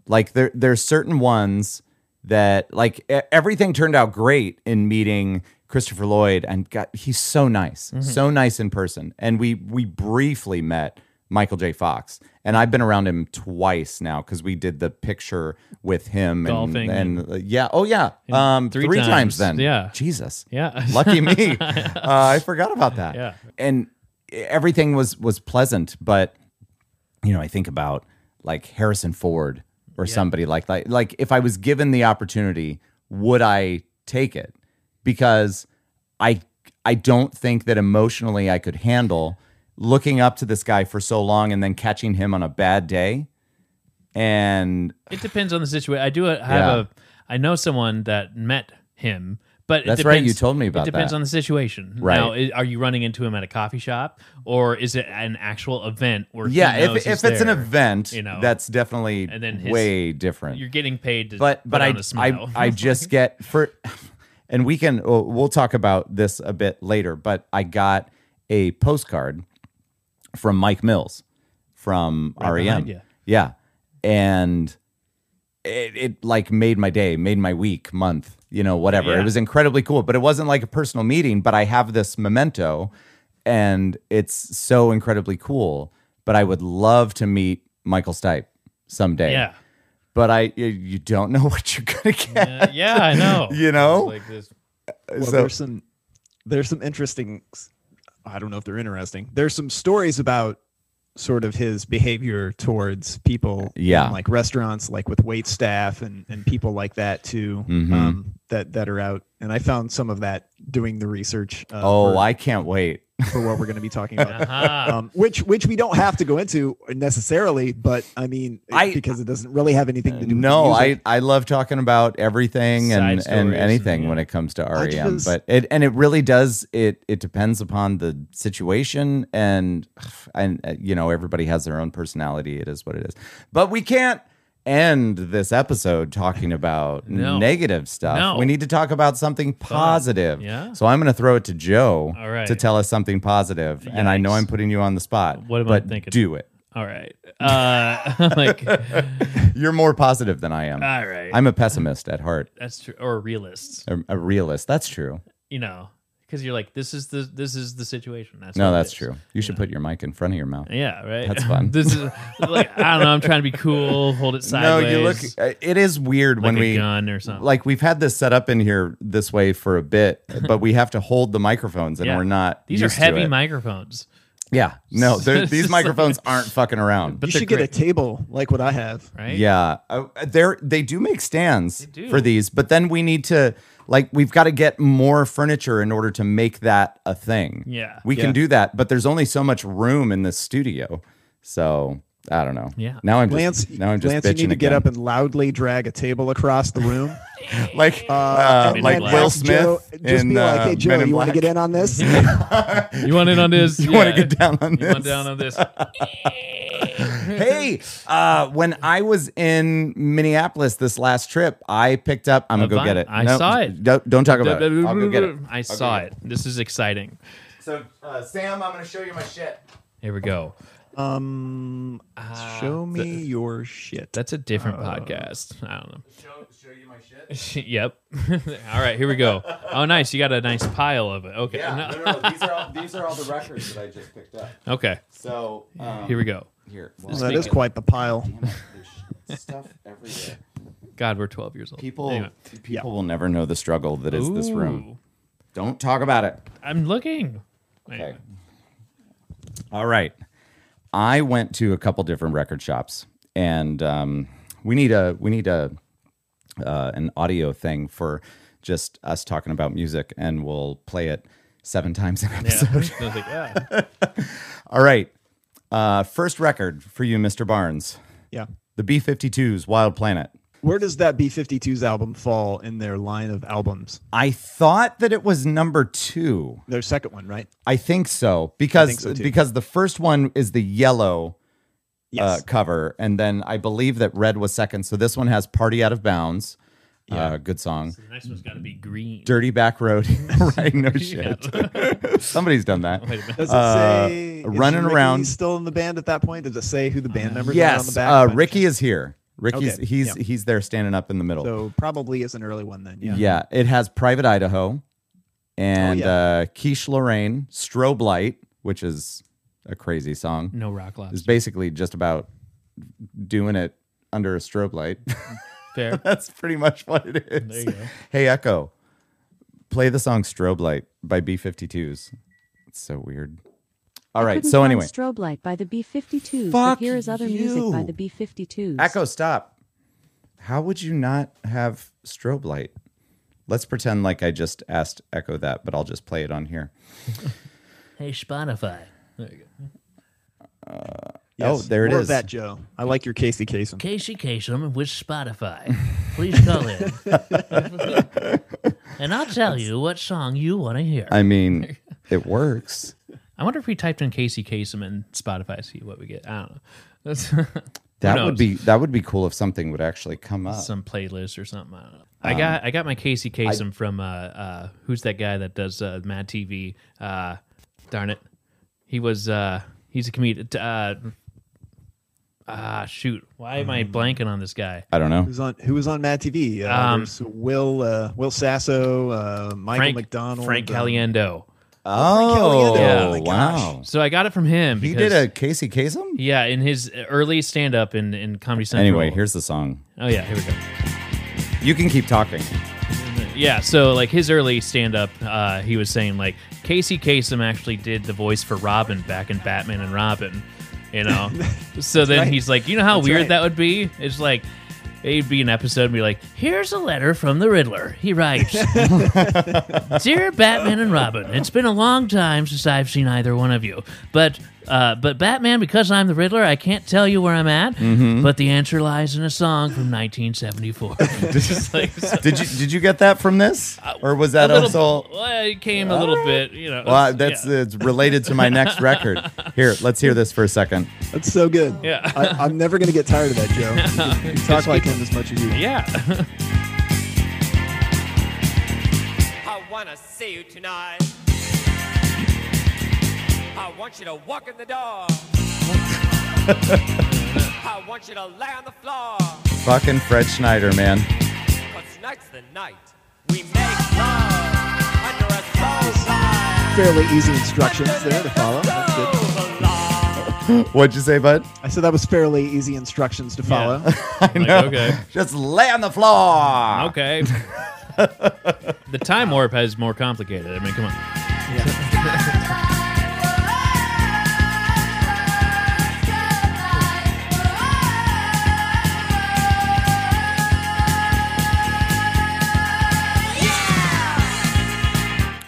B: Like there there's certain ones that like e- everything turned out great in meeting Christopher Lloyd and God, he's so nice.
A: Mm-hmm.
B: So nice in person. And we we briefly met Michael J. Fox. And I've been around him twice now because we did the picture with him
A: Golfing.
B: and, and uh, yeah. Oh yeah. Um
A: three
B: three, times.
A: times,
B: then.
A: yeah.
B: Jesus.
A: yeah.
B: Lucky me. uh, I forgot about that.
A: Yeah.
B: And everything was was pleasant, but you know, I think about like Harrison Ford or somebody like that. Like if I was given the opportunity, would I take it? Because I I don't think that emotionally I could handle looking up to this guy for so long and then catching him on a bad day. And
A: It depends on the situation. I do have
B: Yeah.
A: a. I know someone that met him, but it
B: That's right,
A: depends,
B: you told me about
A: It depends
B: that.
A: on the situation.
B: Right.
A: Now, i- are you running into him at a coffee shop, or is it an actual event where? he
B: yeah, if,
A: knows
B: if it's
A: he's
B: an
A: there?
B: event,
A: you know.
B: that's definitely
A: And then his-
B: way different.
A: you're getting paid to.
B: but
A: put
B: but I,
A: on a smile.
B: I I just get for and we can we'll we'll talk about this a bit later but I got a postcard from Mike Mills from REM
A: behind you.
B: yeah and it, it like made my day made my week month you know whatever
A: Yeah.
B: it was incredibly cool but it wasn't like a personal meeting but I have this memento and it's so incredibly cool but I would love to meet Michael Stipe someday
A: yeah.
B: but I you- you don't know what you're gonna get.
A: Uh, yeah, I know.
B: You know?
A: It's like this.
E: well,
B: So-
E: there's some there's some interesting i don't know if they're interesting there's some stories about sort of his behavior towards people in,
B: Yeah.
E: like restaurants like with wait staff and and people like that too
B: Mhm.
E: um that that are out and i found some of that doing the research uh,
B: oh,
E: for,
B: I can't wait.
E: for what we're going to be talking about
A: Uh-huh.
E: um, which which we don't have to go into necessarily, but I mean,
B: I-
E: because it doesn't really have anything to do. with
B: No,
E: the
B: I,
E: music.
B: I love talking about everything
A: Side
B: and,
A: stories
B: and
A: and-
B: anything
A: yeah.
B: when it comes to
E: I
B: REM,
E: just-
B: but it and it really does it it depends upon the situation and and uh, you know everybody has their own personality. It is what it is, but we can't end this episode talking about
A: No.
B: negative stuff.
A: No.
B: We need to talk about something positive.
A: Yeah.
B: So I'm going to throw it to Joe
A: All right.
B: to tell us something positive, and I know
A: Yikes.
B: I'm putting you on the spot.
A: What am I
B: but
A: thinking?
B: Do it.
A: All right. Uh, like,
B: You're more positive than I am.
A: all right.
B: I'm a pessimist at heart,
A: That's true. Or realists,
B: a, a realist. That's true.
A: you know, because you're like, this is the this is the situation. That's
B: No,
A: what it
B: that's
A: is.
B: true. You should put your mic in front of your mouth.
A: Yeah, right.
B: That's fun.
A: this is like I don't know. I'm trying to be cool. Hold it
B: No,
A: sideways.
B: you look. uh, It is weird
A: like
B: when
A: a
B: we
A: gun or something.
B: like we've had this set up in here this way for a bit, but we have to hold the microphones, and
A: Yeah.
B: we're not.
A: These are
B: used to
A: heavy
B: it.
A: microphones.
B: Yeah, no, they're-
A: It's
B: these
A: just like-
B: microphones aren't fucking around.
A: But
E: you
A: they're
E: should get a
A: great.
E: table like what I have.
A: right?
B: Yeah, uh, they're they do make stands
A: do.
B: for these, but then we need to like we've got to get more furniture in order to make that a thing.
A: Yeah.
B: we can
E: Yeah.
B: do that, but there's only so much room in this studio, so I don't know.
A: Yeah.
B: now I'm
E: Lance,
B: just, now I'm just
E: Lance, you
B: bitching
E: need to get
B: again.
E: up and loudly drag a table across the room,
B: like uh,
A: in
B: like
A: Black.
B: Will
E: Ask
B: Smith
E: Joe, just
B: in
E: be like, "Hey
B: uh,
E: Joe,
B: Men in
E: you want to
B: Black.
E: get in on this?"
A: You want in on this?
B: You want to get down on
A: You
B: this?
A: want down on this?
B: hey, uh, when I was in Minneapolis this last trip, I picked up. I'm
A: A
B: gonna go
A: vine-
B: get it.
A: I
B: No,
A: saw it.
B: Don't, don't talk about it. I'll go get it.
A: I saw it. This is exciting.
B: So, uh, Sam, I'm going to show you my shit.
A: Here we go.
E: Um,
A: Ah,
E: show me
A: th-
E: your shit.
A: That's a
B: Uh,
A: different podcast. I don't know. Show, you my shit. yep. all right, here we go. Oh, nice. You got a nice pile of it. Okay. No-
B: These are all these are all the records that I just picked up.
A: Okay.
B: So um,
A: Here we go.
B: Here,
E: Well,
B: well,
E: that is quite the pile.
B: damn it, there's stuff everywhere.
A: God, we're 12 years old.
B: People,
A: Anyway.
B: people will never know the struggle that is this room.
A: Ooh,
B: Don't talk about it.
A: I'm looking.
B: Okay.
A: Anyway.
B: All right. I went to a couple different record shops, and um, we need a we need a uh, an audio thing for just us talking about music, and we'll play it seven times an
A: Yeah.
B: episode.
A: I was like, "Ah, yeah.
B: All right. Uh, first record for you, Mr. Barnes,
E: Yeah.
B: the B 52s, Wild Planet.
E: Where does that B52's album fall in their line of albums?
B: I thought that it was number two.
E: Their second one, right?
B: I think so because
E: so, too.
B: because the first one is the yellow
E: Yes.
B: uh, cover, and then I believe that red was second. So this one has "Party Out of Bounds," uh, good song.
A: The next one's got to be green.
B: "Dirty Back Road," right? No shit. Somebody's done that.
E: does it
B: uh,
E: say is
B: running
E: Ricky
B: around-
E: still in the band at that point? Does it say who the band members are on the
B: Yes,
E: back?
B: uh,
E: By
B: Ricky
E: chance?
B: is here. Ricky's
E: Okay,
B: he's
E: yeah.
B: he's there standing up in the middle.
E: So probably is an early one then. Yeah.
B: yeah. it has "Private Idaho" and
E: Oh, yeah.
B: uh, Keish Lorraine, "Strobe Light," which is a crazy song.
A: No rock lobster.
B: It's basically just about doing it under a strobe light.
A: Fair.
B: That's pretty much what it is.
A: There you go.
B: Hey Echo, play the song Strobe Light by B52s. It's so weird. All right.
C: Couldn't
B: So
C: find
B: anyway,
C: Strobe Light by the B52s,
B: Fuck
C: but here is other music by
B: you.
C: the B52s.
B: Echo, stop. How would you not have strobe light? Let's pretend like I just asked Echo that, but I'll just play it on here.
A: Hey, Spotify. There you go.
B: Oh, there it
E: More of
B: is.
E: that, Joe. I like your Casey Kasem.
A: Casey Kasem with Spotify. Please call in. and I'll tell you what song you want to hear.
B: I mean, it works.
A: I wonder if we typed in Casey Kasem and Spotify, see what we get. I don't know. That's
B: That
A: Who
B: would
A: knows?
B: be that would be cool if something would actually come up.
A: some playlist or something. I don't know. I got I got my Casey Kasem from uh, uh, who's that guy that does uh, Mad TV? Uh, darn it, he was uh, he's a comedian. Uh, ah, shoot, why am I blanking on this guy?
B: I don't know.
E: Who's on Who was on Mad TV? Uh,
A: Um,
E: there's Will uh, Will Sasso, uh, Michael
A: Frank
E: McDonald,
A: Frank
E: uh,
A: Caliendo.
B: Oh,
E: Caliendo.
A: Oh my
B: wow.
A: So I got it from him.
B: He
A: because-
B: did a Casey Kasem?
A: yeah in his early stand up in in Comedy Central.
B: Anyway, here's the song.
A: oh yeah, here we go.
B: You can keep talking.
A: Yeah, so like his early stand up, uh, he was saying like Casey Kasem actually did the voice for Robin back in Batman and Robin, you know. so then
E: right.
A: he's like, you know how
E: That's
A: weird
E: right.
A: that would be? It's like it'd be an episode and be like, here's a letter from the Riddler. He writes, "Dear Batman and Robin, it's been a long time since I've seen either one of you, but." Uh, but Batman, because I'm the Riddler, I can't tell you where I'm at.
E: Mm-hmm.
A: But the answer lies in a song from 1974. Just like-
B: Did you did you get that from this? Or was that
A: Uh, a little,
B: also
A: well, it came a little bit, you know.
B: Well, that's
A: yeah.
B: it's related to my next record. Here, let's hear this for a second.
E: That's so good.
A: Yeah.
E: I, I'm never gonna get tired of that, Joe. You can- You can talk like him as much as you. want.
A: yeah.
F: I wanna see you tonight. I want you to walk in the door. I want you to lay on the floor.
B: Fucking Fred Schneider, man.
F: Cause tonight's the night we make love under a soul light.
E: Fairly easy instructions there to follow. That's good.
B: What'd you say, bud?
E: I said that was fairly easy instructions to follow.
A: Like, okay.
B: Just lay on the floor.
A: Okay. the time warp has more complicated. I mean, come on.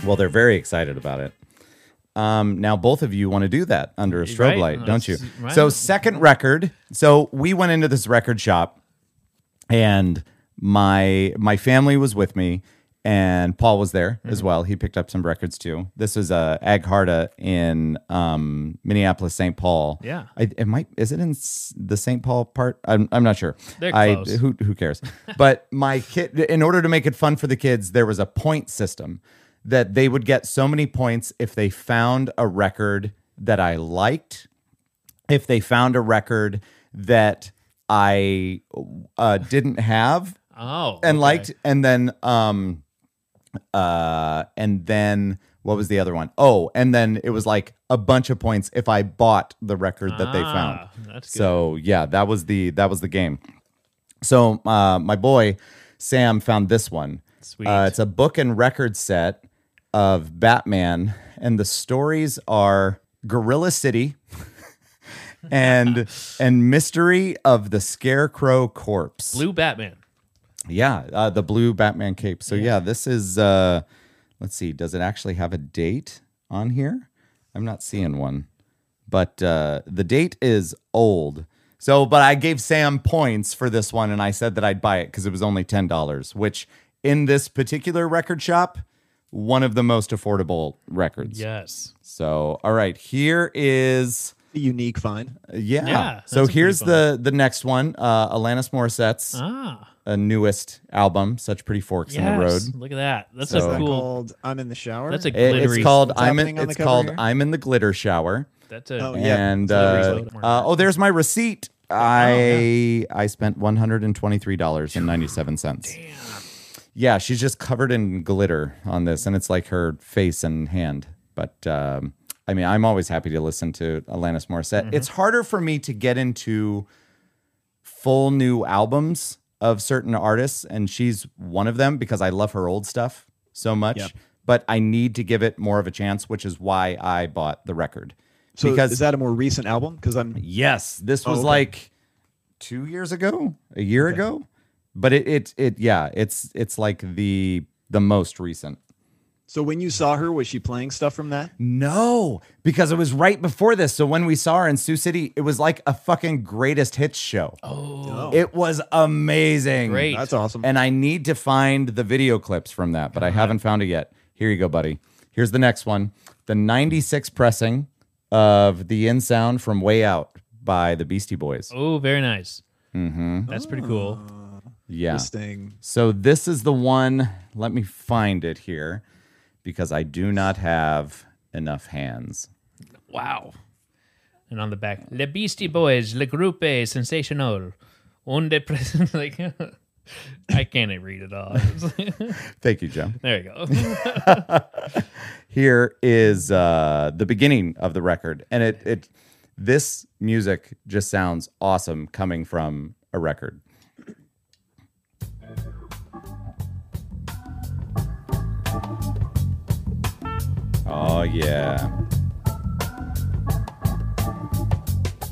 B: Well, they're very excited about it. Um, now both of you want to do that under a strobe
A: Right.
B: light, don't you?
A: That's right.
B: So second record. So we went into this record shop, and my my family was with me, and Paul was there
A: Mm-hmm.
B: as well. He picked up some records too. This was uh, Ag Harda in um, Minneapolis, St. Paul.
A: Yeah.
B: I, it might is it in s- the St. Paul part? I'm, I'm not sure.
A: They're
B: I
A: close.
B: who who cares? but my kid, in order to make it fun for the kids, there was a point system that they would get so many points if they found a record that I liked if they found a record that I uh, didn't have
A: Oh,
B: and
A: okay.
B: liked and then um uh and then what was the other one? Oh, and then it was like a bunch of points if I bought the record that they found.
A: Ah, That's good.
B: So yeah, that was the that was the game. So uh, my boy Sam found this one.
A: Sweet.
B: Uh, it's a book and record set of Batman, and the stories are Gorilla City and and Mystery of the Scarecrow Corpse.
A: Blue Batman.
B: Yeah, uh, the blue Batman cape. So yeah, this is. Uh, let's see. Does it actually have a date on here? I'm not seeing one, but uh, the date is old. So, but I gave Sam points for this one, and I said that I'd buy it because it was only ten dollars, which in this particular record shop, one of the most affordable records.
A: Yes.
B: So, all right, here is.
E: A unique find.
A: Yeah,
B: Yeah. so
A: that's a pretty
B: here's
A: fun
B: the the next one, uh, Alanis Morissette's
A: Ah.
B: a newest album, Such Pretty Forks in the Road.
A: yes. Look at that. That's
B: So-
A: a
E: That's
A: cool.
E: called I'm in the shower.
A: That's a
B: It-
A: glittery.
B: it's called
E: What's
B: I'm in,
E: happening on the
B: it's
E: cover
B: called
E: here?
B: I'm in the glitter shower.
A: That's a.
E: Oh, yeah.
B: And uh,
A: Glittery shower.
B: uh, oh, there's my receipt.
E: Oh,
B: I I spent one hundred and twenty three dollars and ninety seven cents. Yeah, she's just covered in glitter on this, and it's like her face and hand. But um, I mean, I'm always happy to listen to Alanis Morissette.
E: Mm-hmm.
B: It's harder for me to get into full new albums of certain artists, and she's one of them because I love her old stuff so much.
E: Yep.
B: But I need to give it more of a chance, which is why I bought the record.
E: so
B: because-
E: is that a more recent album? Because I'm
B: Yes, this was
E: okay.
B: like two years ago, a year ago, but it it it yeah, it's it's like the the most recent.
E: so when you saw her, was she playing stuff from that?
B: No, because it was right before this. So when we saw her in Sioux City, it was like a fucking greatest hits show.
A: Oh,
B: It was amazing.
A: great.
E: That's awesome.
B: And I need to find the video clips from that, but I haven't found it yet. Here you go, buddy. Here's the next one. The 96 pressing of The In Sound from Way Out by the Beastie Boys.
A: Oh, very nice. Mm-hmm. That's pretty cool.
B: yeah.
E: Interesting.
B: So this is the one. Let me find it here because I do not have enough hands.
A: Wow. And on the back, Le Beastie Boys, Le Groupe Sensational, Un de Pres. like, I can't read it all.
B: Thank you, Joe.
A: there you go.
B: Here is uh, the beginning of the record, and it it this music just sounds awesome coming from a record. Oh yeah.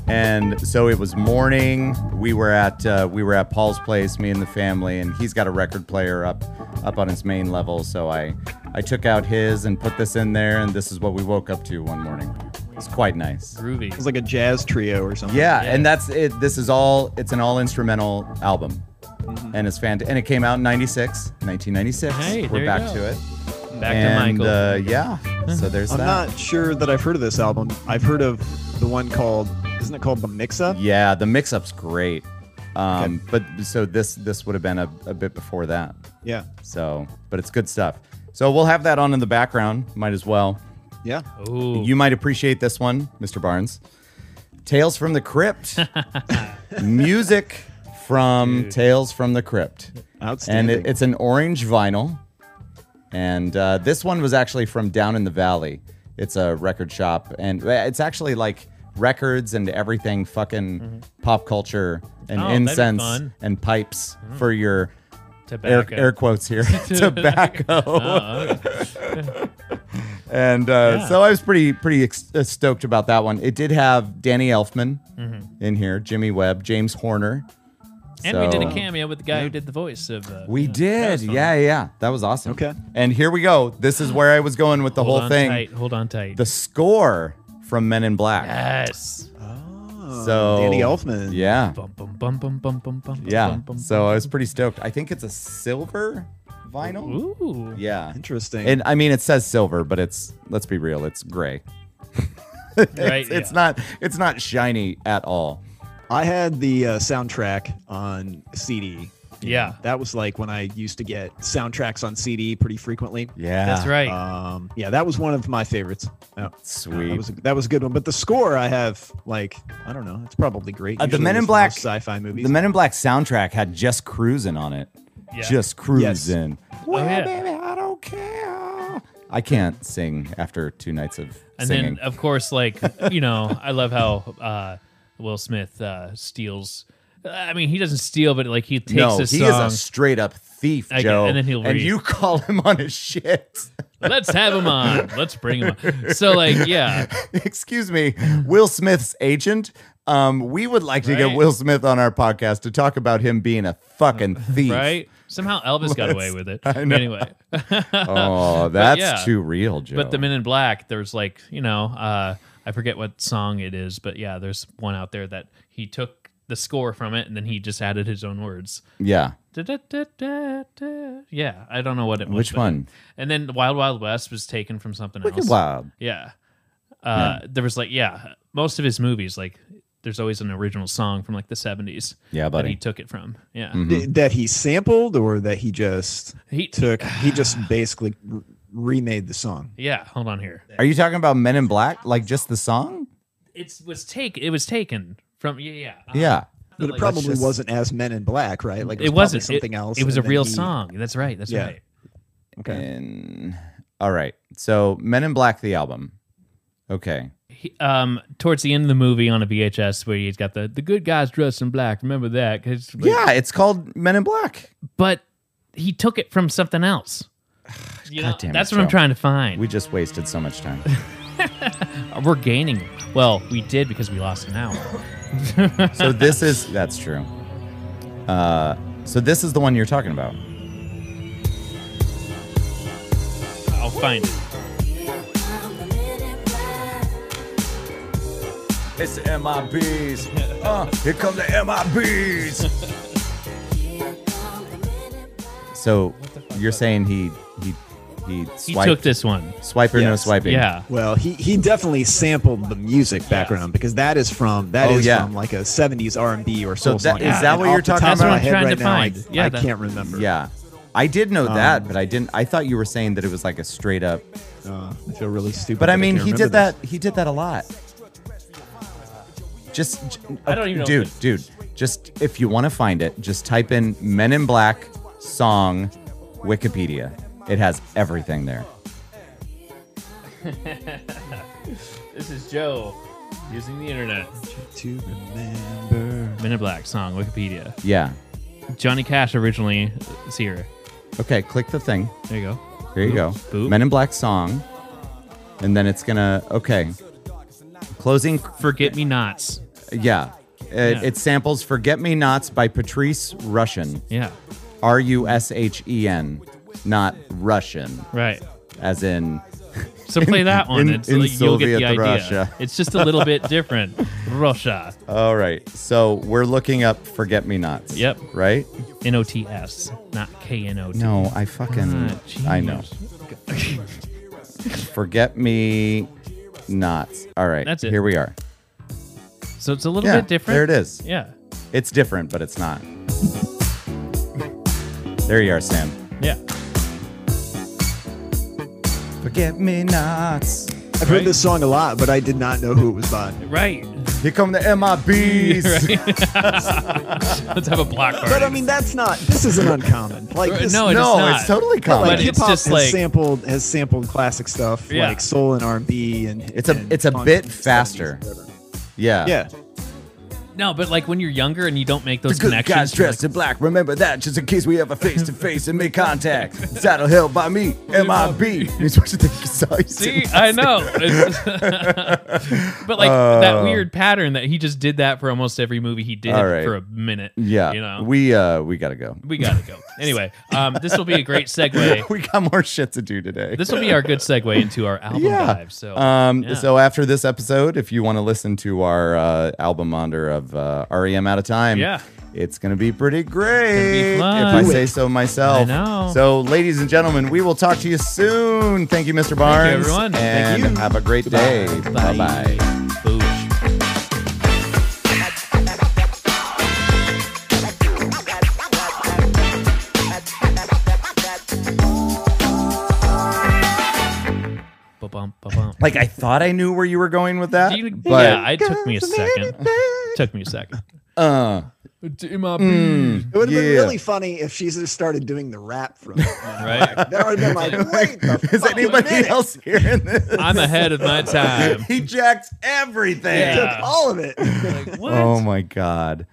B: And so it was morning. We were at uh, we were at Paul's place, me and the family, and he's got a record player up up on his main level. So I I took out his and put this in there, and this is what we woke up to one morning. It's quite nice.
E: It's
A: Groovy.
E: like a jazz trio or something.
B: Yeah, and that's it. This is all. It's an all instrumental album, and it's fan. And it came out in '96, 1996.
A: Mm-hmm. Hey, there
B: we're
A: you
B: back
A: go.
B: to it.
A: Back
B: and
A: to Michael.
B: Uh, yeah, so there's
E: I'm
B: that.
E: not sure that I've heard of this album. I've heard of the one called isn't it called the Mix Up?
B: Yeah, the mix-up's great. Um, But so this this would have been a, a bit before that.
E: Yeah.
B: So, but it's good stuff. So we'll have that on in the background. Might as well.
E: Yeah.
A: Ooh.
B: You might appreciate this one, Mr. Barnes. Tales from the Crypt. Music from Tales from the Crypt. And
E: Outstanding.
B: it, it's an orange vinyl. And uh, this one was actually from down in the valley. It's a record shop, and uh, it's actually like records and everything, fucking pop culture and
A: Mm-hmm. Oh, that'd be
B: incense
A: fun. Mm-hmm.
B: and pipes for your air,
A: Tobacco.
B: air quotes here tobacco.
A: Oh,
B: and uh,
A: Yeah.
B: so I was pretty pretty ex- uh, stoked about that one. It did have Danny Elfman
A: Mm-hmm.
B: in here, Jimmy Webb, James Horner.
A: and we did a
B: So-
A: cameo with the guy who did the voice of. Uh,
B: we
A: yeah, that
B: did.
A: was fun.
B: Yeah, yeah. That was awesome.
E: Okay.
B: And here we go. This is where I was going with the
A: Hold
B: whole
A: on
B: thing.
A: Tight. Hold on tight.
B: The score from Men in Black.
A: yes.
B: So
E: Oh, Danny Elfman.
B: Oh. Yeah.
A: Bum, bum, bum, bum, bum, bum, bum,
B: Yeah.
A: Bum, bum,
B: So I was pretty stoked. I think it's a silver vinyl.
A: Ooh.
B: Yeah.
E: Interesting.
B: And I mean it says silver, but it's let's be real, it's gray.
A: Right.
B: It's, it's
A: yeah.
B: not it's not shiny at all.
E: I had the uh, soundtrack on CD
A: Yeah.
E: That was like when I used to get soundtracks on CD pretty frequently.
B: Yeah. uh,
A: That's right.
E: Um, yeah, that was one of my favorites. Yeah.
B: Sweet. Uh,
E: That was a, that was a good one. But the score I have, like, I don't know, it's probably great.
B: Uh, the
E: Usually
B: Men in
E: it's most
B: Black-
E: sci-fi movies.
B: the Men in Black soundtrack had just cruising on it.
A: Yeah. Oh,
B: Just cruising. Well,
A: yeah.
B: baby, I don't care. I can't sing after two nights of
A: and
B: singing.
A: then uh, of course like you know i love how uh will smith uh steals i mean he doesn't steal but like he takes
B: no,
A: a
B: he
A: song
B: is a straight up thief,
A: I get-
B: Joe.
A: and then he'll read.
B: you call him on his shit.
A: let's have him on let's bring him on so like yeah
B: Excuse me, Will Smith's agent. Um, we would like to get
A: Right.
B: Will Smith on our podcast to talk about him being a fucking thief.
A: right somehow elvis got away with it
B: I know.
A: anyway
B: Oh, that's
A: yeah.
B: too real, Joe.
A: but the men in black there's like you know uh i forget what song it is but yeah there's one out there that he took the score from it and then he just added his own words
B: yeah,
A: Da-da-da-da-da. yeah i don't know what it was
B: Which
A: but-
B: one?
A: and then wild wild west was taken from something
B: Wicked
A: else
B: Wild.
A: Yeah. Uh, There was like, yeah, most of his movies, like, there's always an original song from like the 70s.
B: Yeah,
A: That
B: buddy. Mm.
A: he took it from. Yeah.
B: Mm-hmm.
E: D- that he sampled or that he just
A: He
E: took he just basically r- remade the song.
A: Yeah. Hold on here.
B: Are you talking about Men in Black, like just the song?
A: It was take. It was taken from. Yeah. Yeah. Uh,
B: Yeah.
E: But
A: like-
E: it probably
B: just-
E: wasn't as Men in Black, right? Like
A: It,
E: was probably
A: wasn't It-
E: something else.
A: It was a
E: and then
A: real
E: he-
A: song. That's right. That's
E: Yeah.
A: right.
E: Okay.
B: And- all right. So Men in Black, the album. Okay.
A: He, um, towards the end of the movie on a VHS, where he's got the the good guys dressed in black. Remember that? 'Cause, like,
B: Yeah, it's called Men in Black.
A: But he took it from something else. You know,
B: God damn it,
A: that's what I'm
B: Joe.
A: trying to find.
B: We just wasted so much time.
A: We're gaining. Well, we did because we lost an hour.
B: so this is that's true. Uh, so this is the one you're talking about.
A: I'll find it.
B: It's the MIBs. Uh, here come the MIBs. so you're saying he he he
A: He
B: swiped
A: took this one.
B: swipe or no
E: Yes.
B: swiping.
A: Yeah.
E: Well, he he definitely sampled the music background because that is from that is
B: Oh, yeah.
E: from like a 70s R&B or
B: So
E: soul
B: that-
E: song.
B: is that
E: and
B: what you're
E: off the
B: talking
E: top of
B: about?
A: what
B: That's
E: my
A: I'm
E: head
A: trying
E: right now,
A: to find.
E: I,
A: Yeah,
E: I
A: that-
E: can't remember.
B: Yeah. I did
E: Um,
B: know that, but I didn't I thought you were saying that it was like a straight up
E: Uh, I feel really stupid.
B: But
E: that
B: I mean,
E: can't
B: he did
E: remember this.
B: that. He did that a lot. Just, j-
A: I don't even know
B: dude,
A: if it-
B: dude. Just if you want to find it, just type in "Men in Black song" Wikipedia. It has everything there.
A: This is Joe using the internet.
E: To remember.
A: Men in Black song, Wikipedia.
B: Yeah.
A: Johnny Cash originally. uh, It's here.
B: Okay, click the thing.
A: There you go.
B: There you go.
A: Boop.
B: Men in Black song, and then it's gonna okay. Closing. Uh,
A: Forget Me Nots.
B: Yeah. It,
A: Yeah.
B: it samples "Forget Me Nots" by Patrice Russian.
A: Yeah.
B: R U S H E N, not Russian,
A: Right.
B: as in
A: So play that one.
B: in-
A: it's
B: in
A: like you'll get the
B: Soviet
A: idea.
B: Russia.
A: It's just a little bit different. Russia.
B: All right. So we're looking up Forget Me Nots.
A: Yep.
B: Right?
A: N O T S, not K N O T.
B: No, I fucking.
A: Ah, jeez.
B: I know. Forget Me Nots. All right.
A: That's it.
B: Here we are.
A: So it's a little
B: Yeah,
A: bit different.
B: there it is.
A: Yeah.
B: It's different, but it's not. There you are, Sam.
A: Yeah.
B: Forget Me Nots.
E: I've heard this song a lot, but I did not know who it was by.
A: Right.
B: Here come the MIBs.
A: Let's have a block party.
E: But I mean, that's not. This isn't uncommon. Like
A: Right,
E: this,
A: no, it is
B: no,
A: not.
B: it's totally common.
E: like
A: but
E: hip
A: it's
E: hop
A: just
E: has
A: like-
E: sampled has sampled classic stuff
A: Yeah.
E: like soul and R and B, and
B: It's a-
E: and
B: it's a
E: funk
B: bit
E: and 70s,
B: faster.
E: whatever.
B: yeah.
E: Yeah,
A: No, but like when you're younger and you don't make those
B: The good
A: connections.
B: guys
A: you're
B: dressed in black. Remember that, just in case we ever face to face and make contact. Saddle held by me, MIB. You're supposed to think you saw you
A: See,
B: sitting-
A: I know. It's- but like that weird pattern that he just did that for almost every movie he did
B: Uh, All right.
A: for a minute.
B: Yeah,
A: You know, we,
B: we uh we gotta go.
A: gotta go. Anyway, um, this will be a great segue.
B: we got more shit to do today.
A: This will be our good segue into our album
B: yeah.
A: dive. So,
B: um,
A: yeah.
B: so after this episode, if you want to listen to our uh, album under of uh, REM out of time,
A: Yeah.
B: it's gonna be pretty great.
A: fun.
B: If I
A: Do
B: say so myself.
A: I know.
B: So, ladies and gentlemen, we will talk to you soon. Thank you, Mr. Barnes.
A: everyone.
B: And
A: Thank you.
B: have a great day.
A: Bye.
B: bye.
A: Boosh.
G: Thank you.
B: Like I thought I knew where you were going with that.
A: Do you-
B: but
A: yeah, it took me a second. took me a second.
B: uh,
A: Do my
B: mm,
E: It would have
B: yeah.
E: been really funny if she just started doing the rap from it.
A: Right.
E: That would have been like, wait, the
B: Is
E: fuck
B: anybody
E: minute.
B: else hearing this?
A: I'm ahead of my time.
B: he jacked everything.
A: Yeah.
E: Took all of it.
A: Like, what?
B: Oh my god.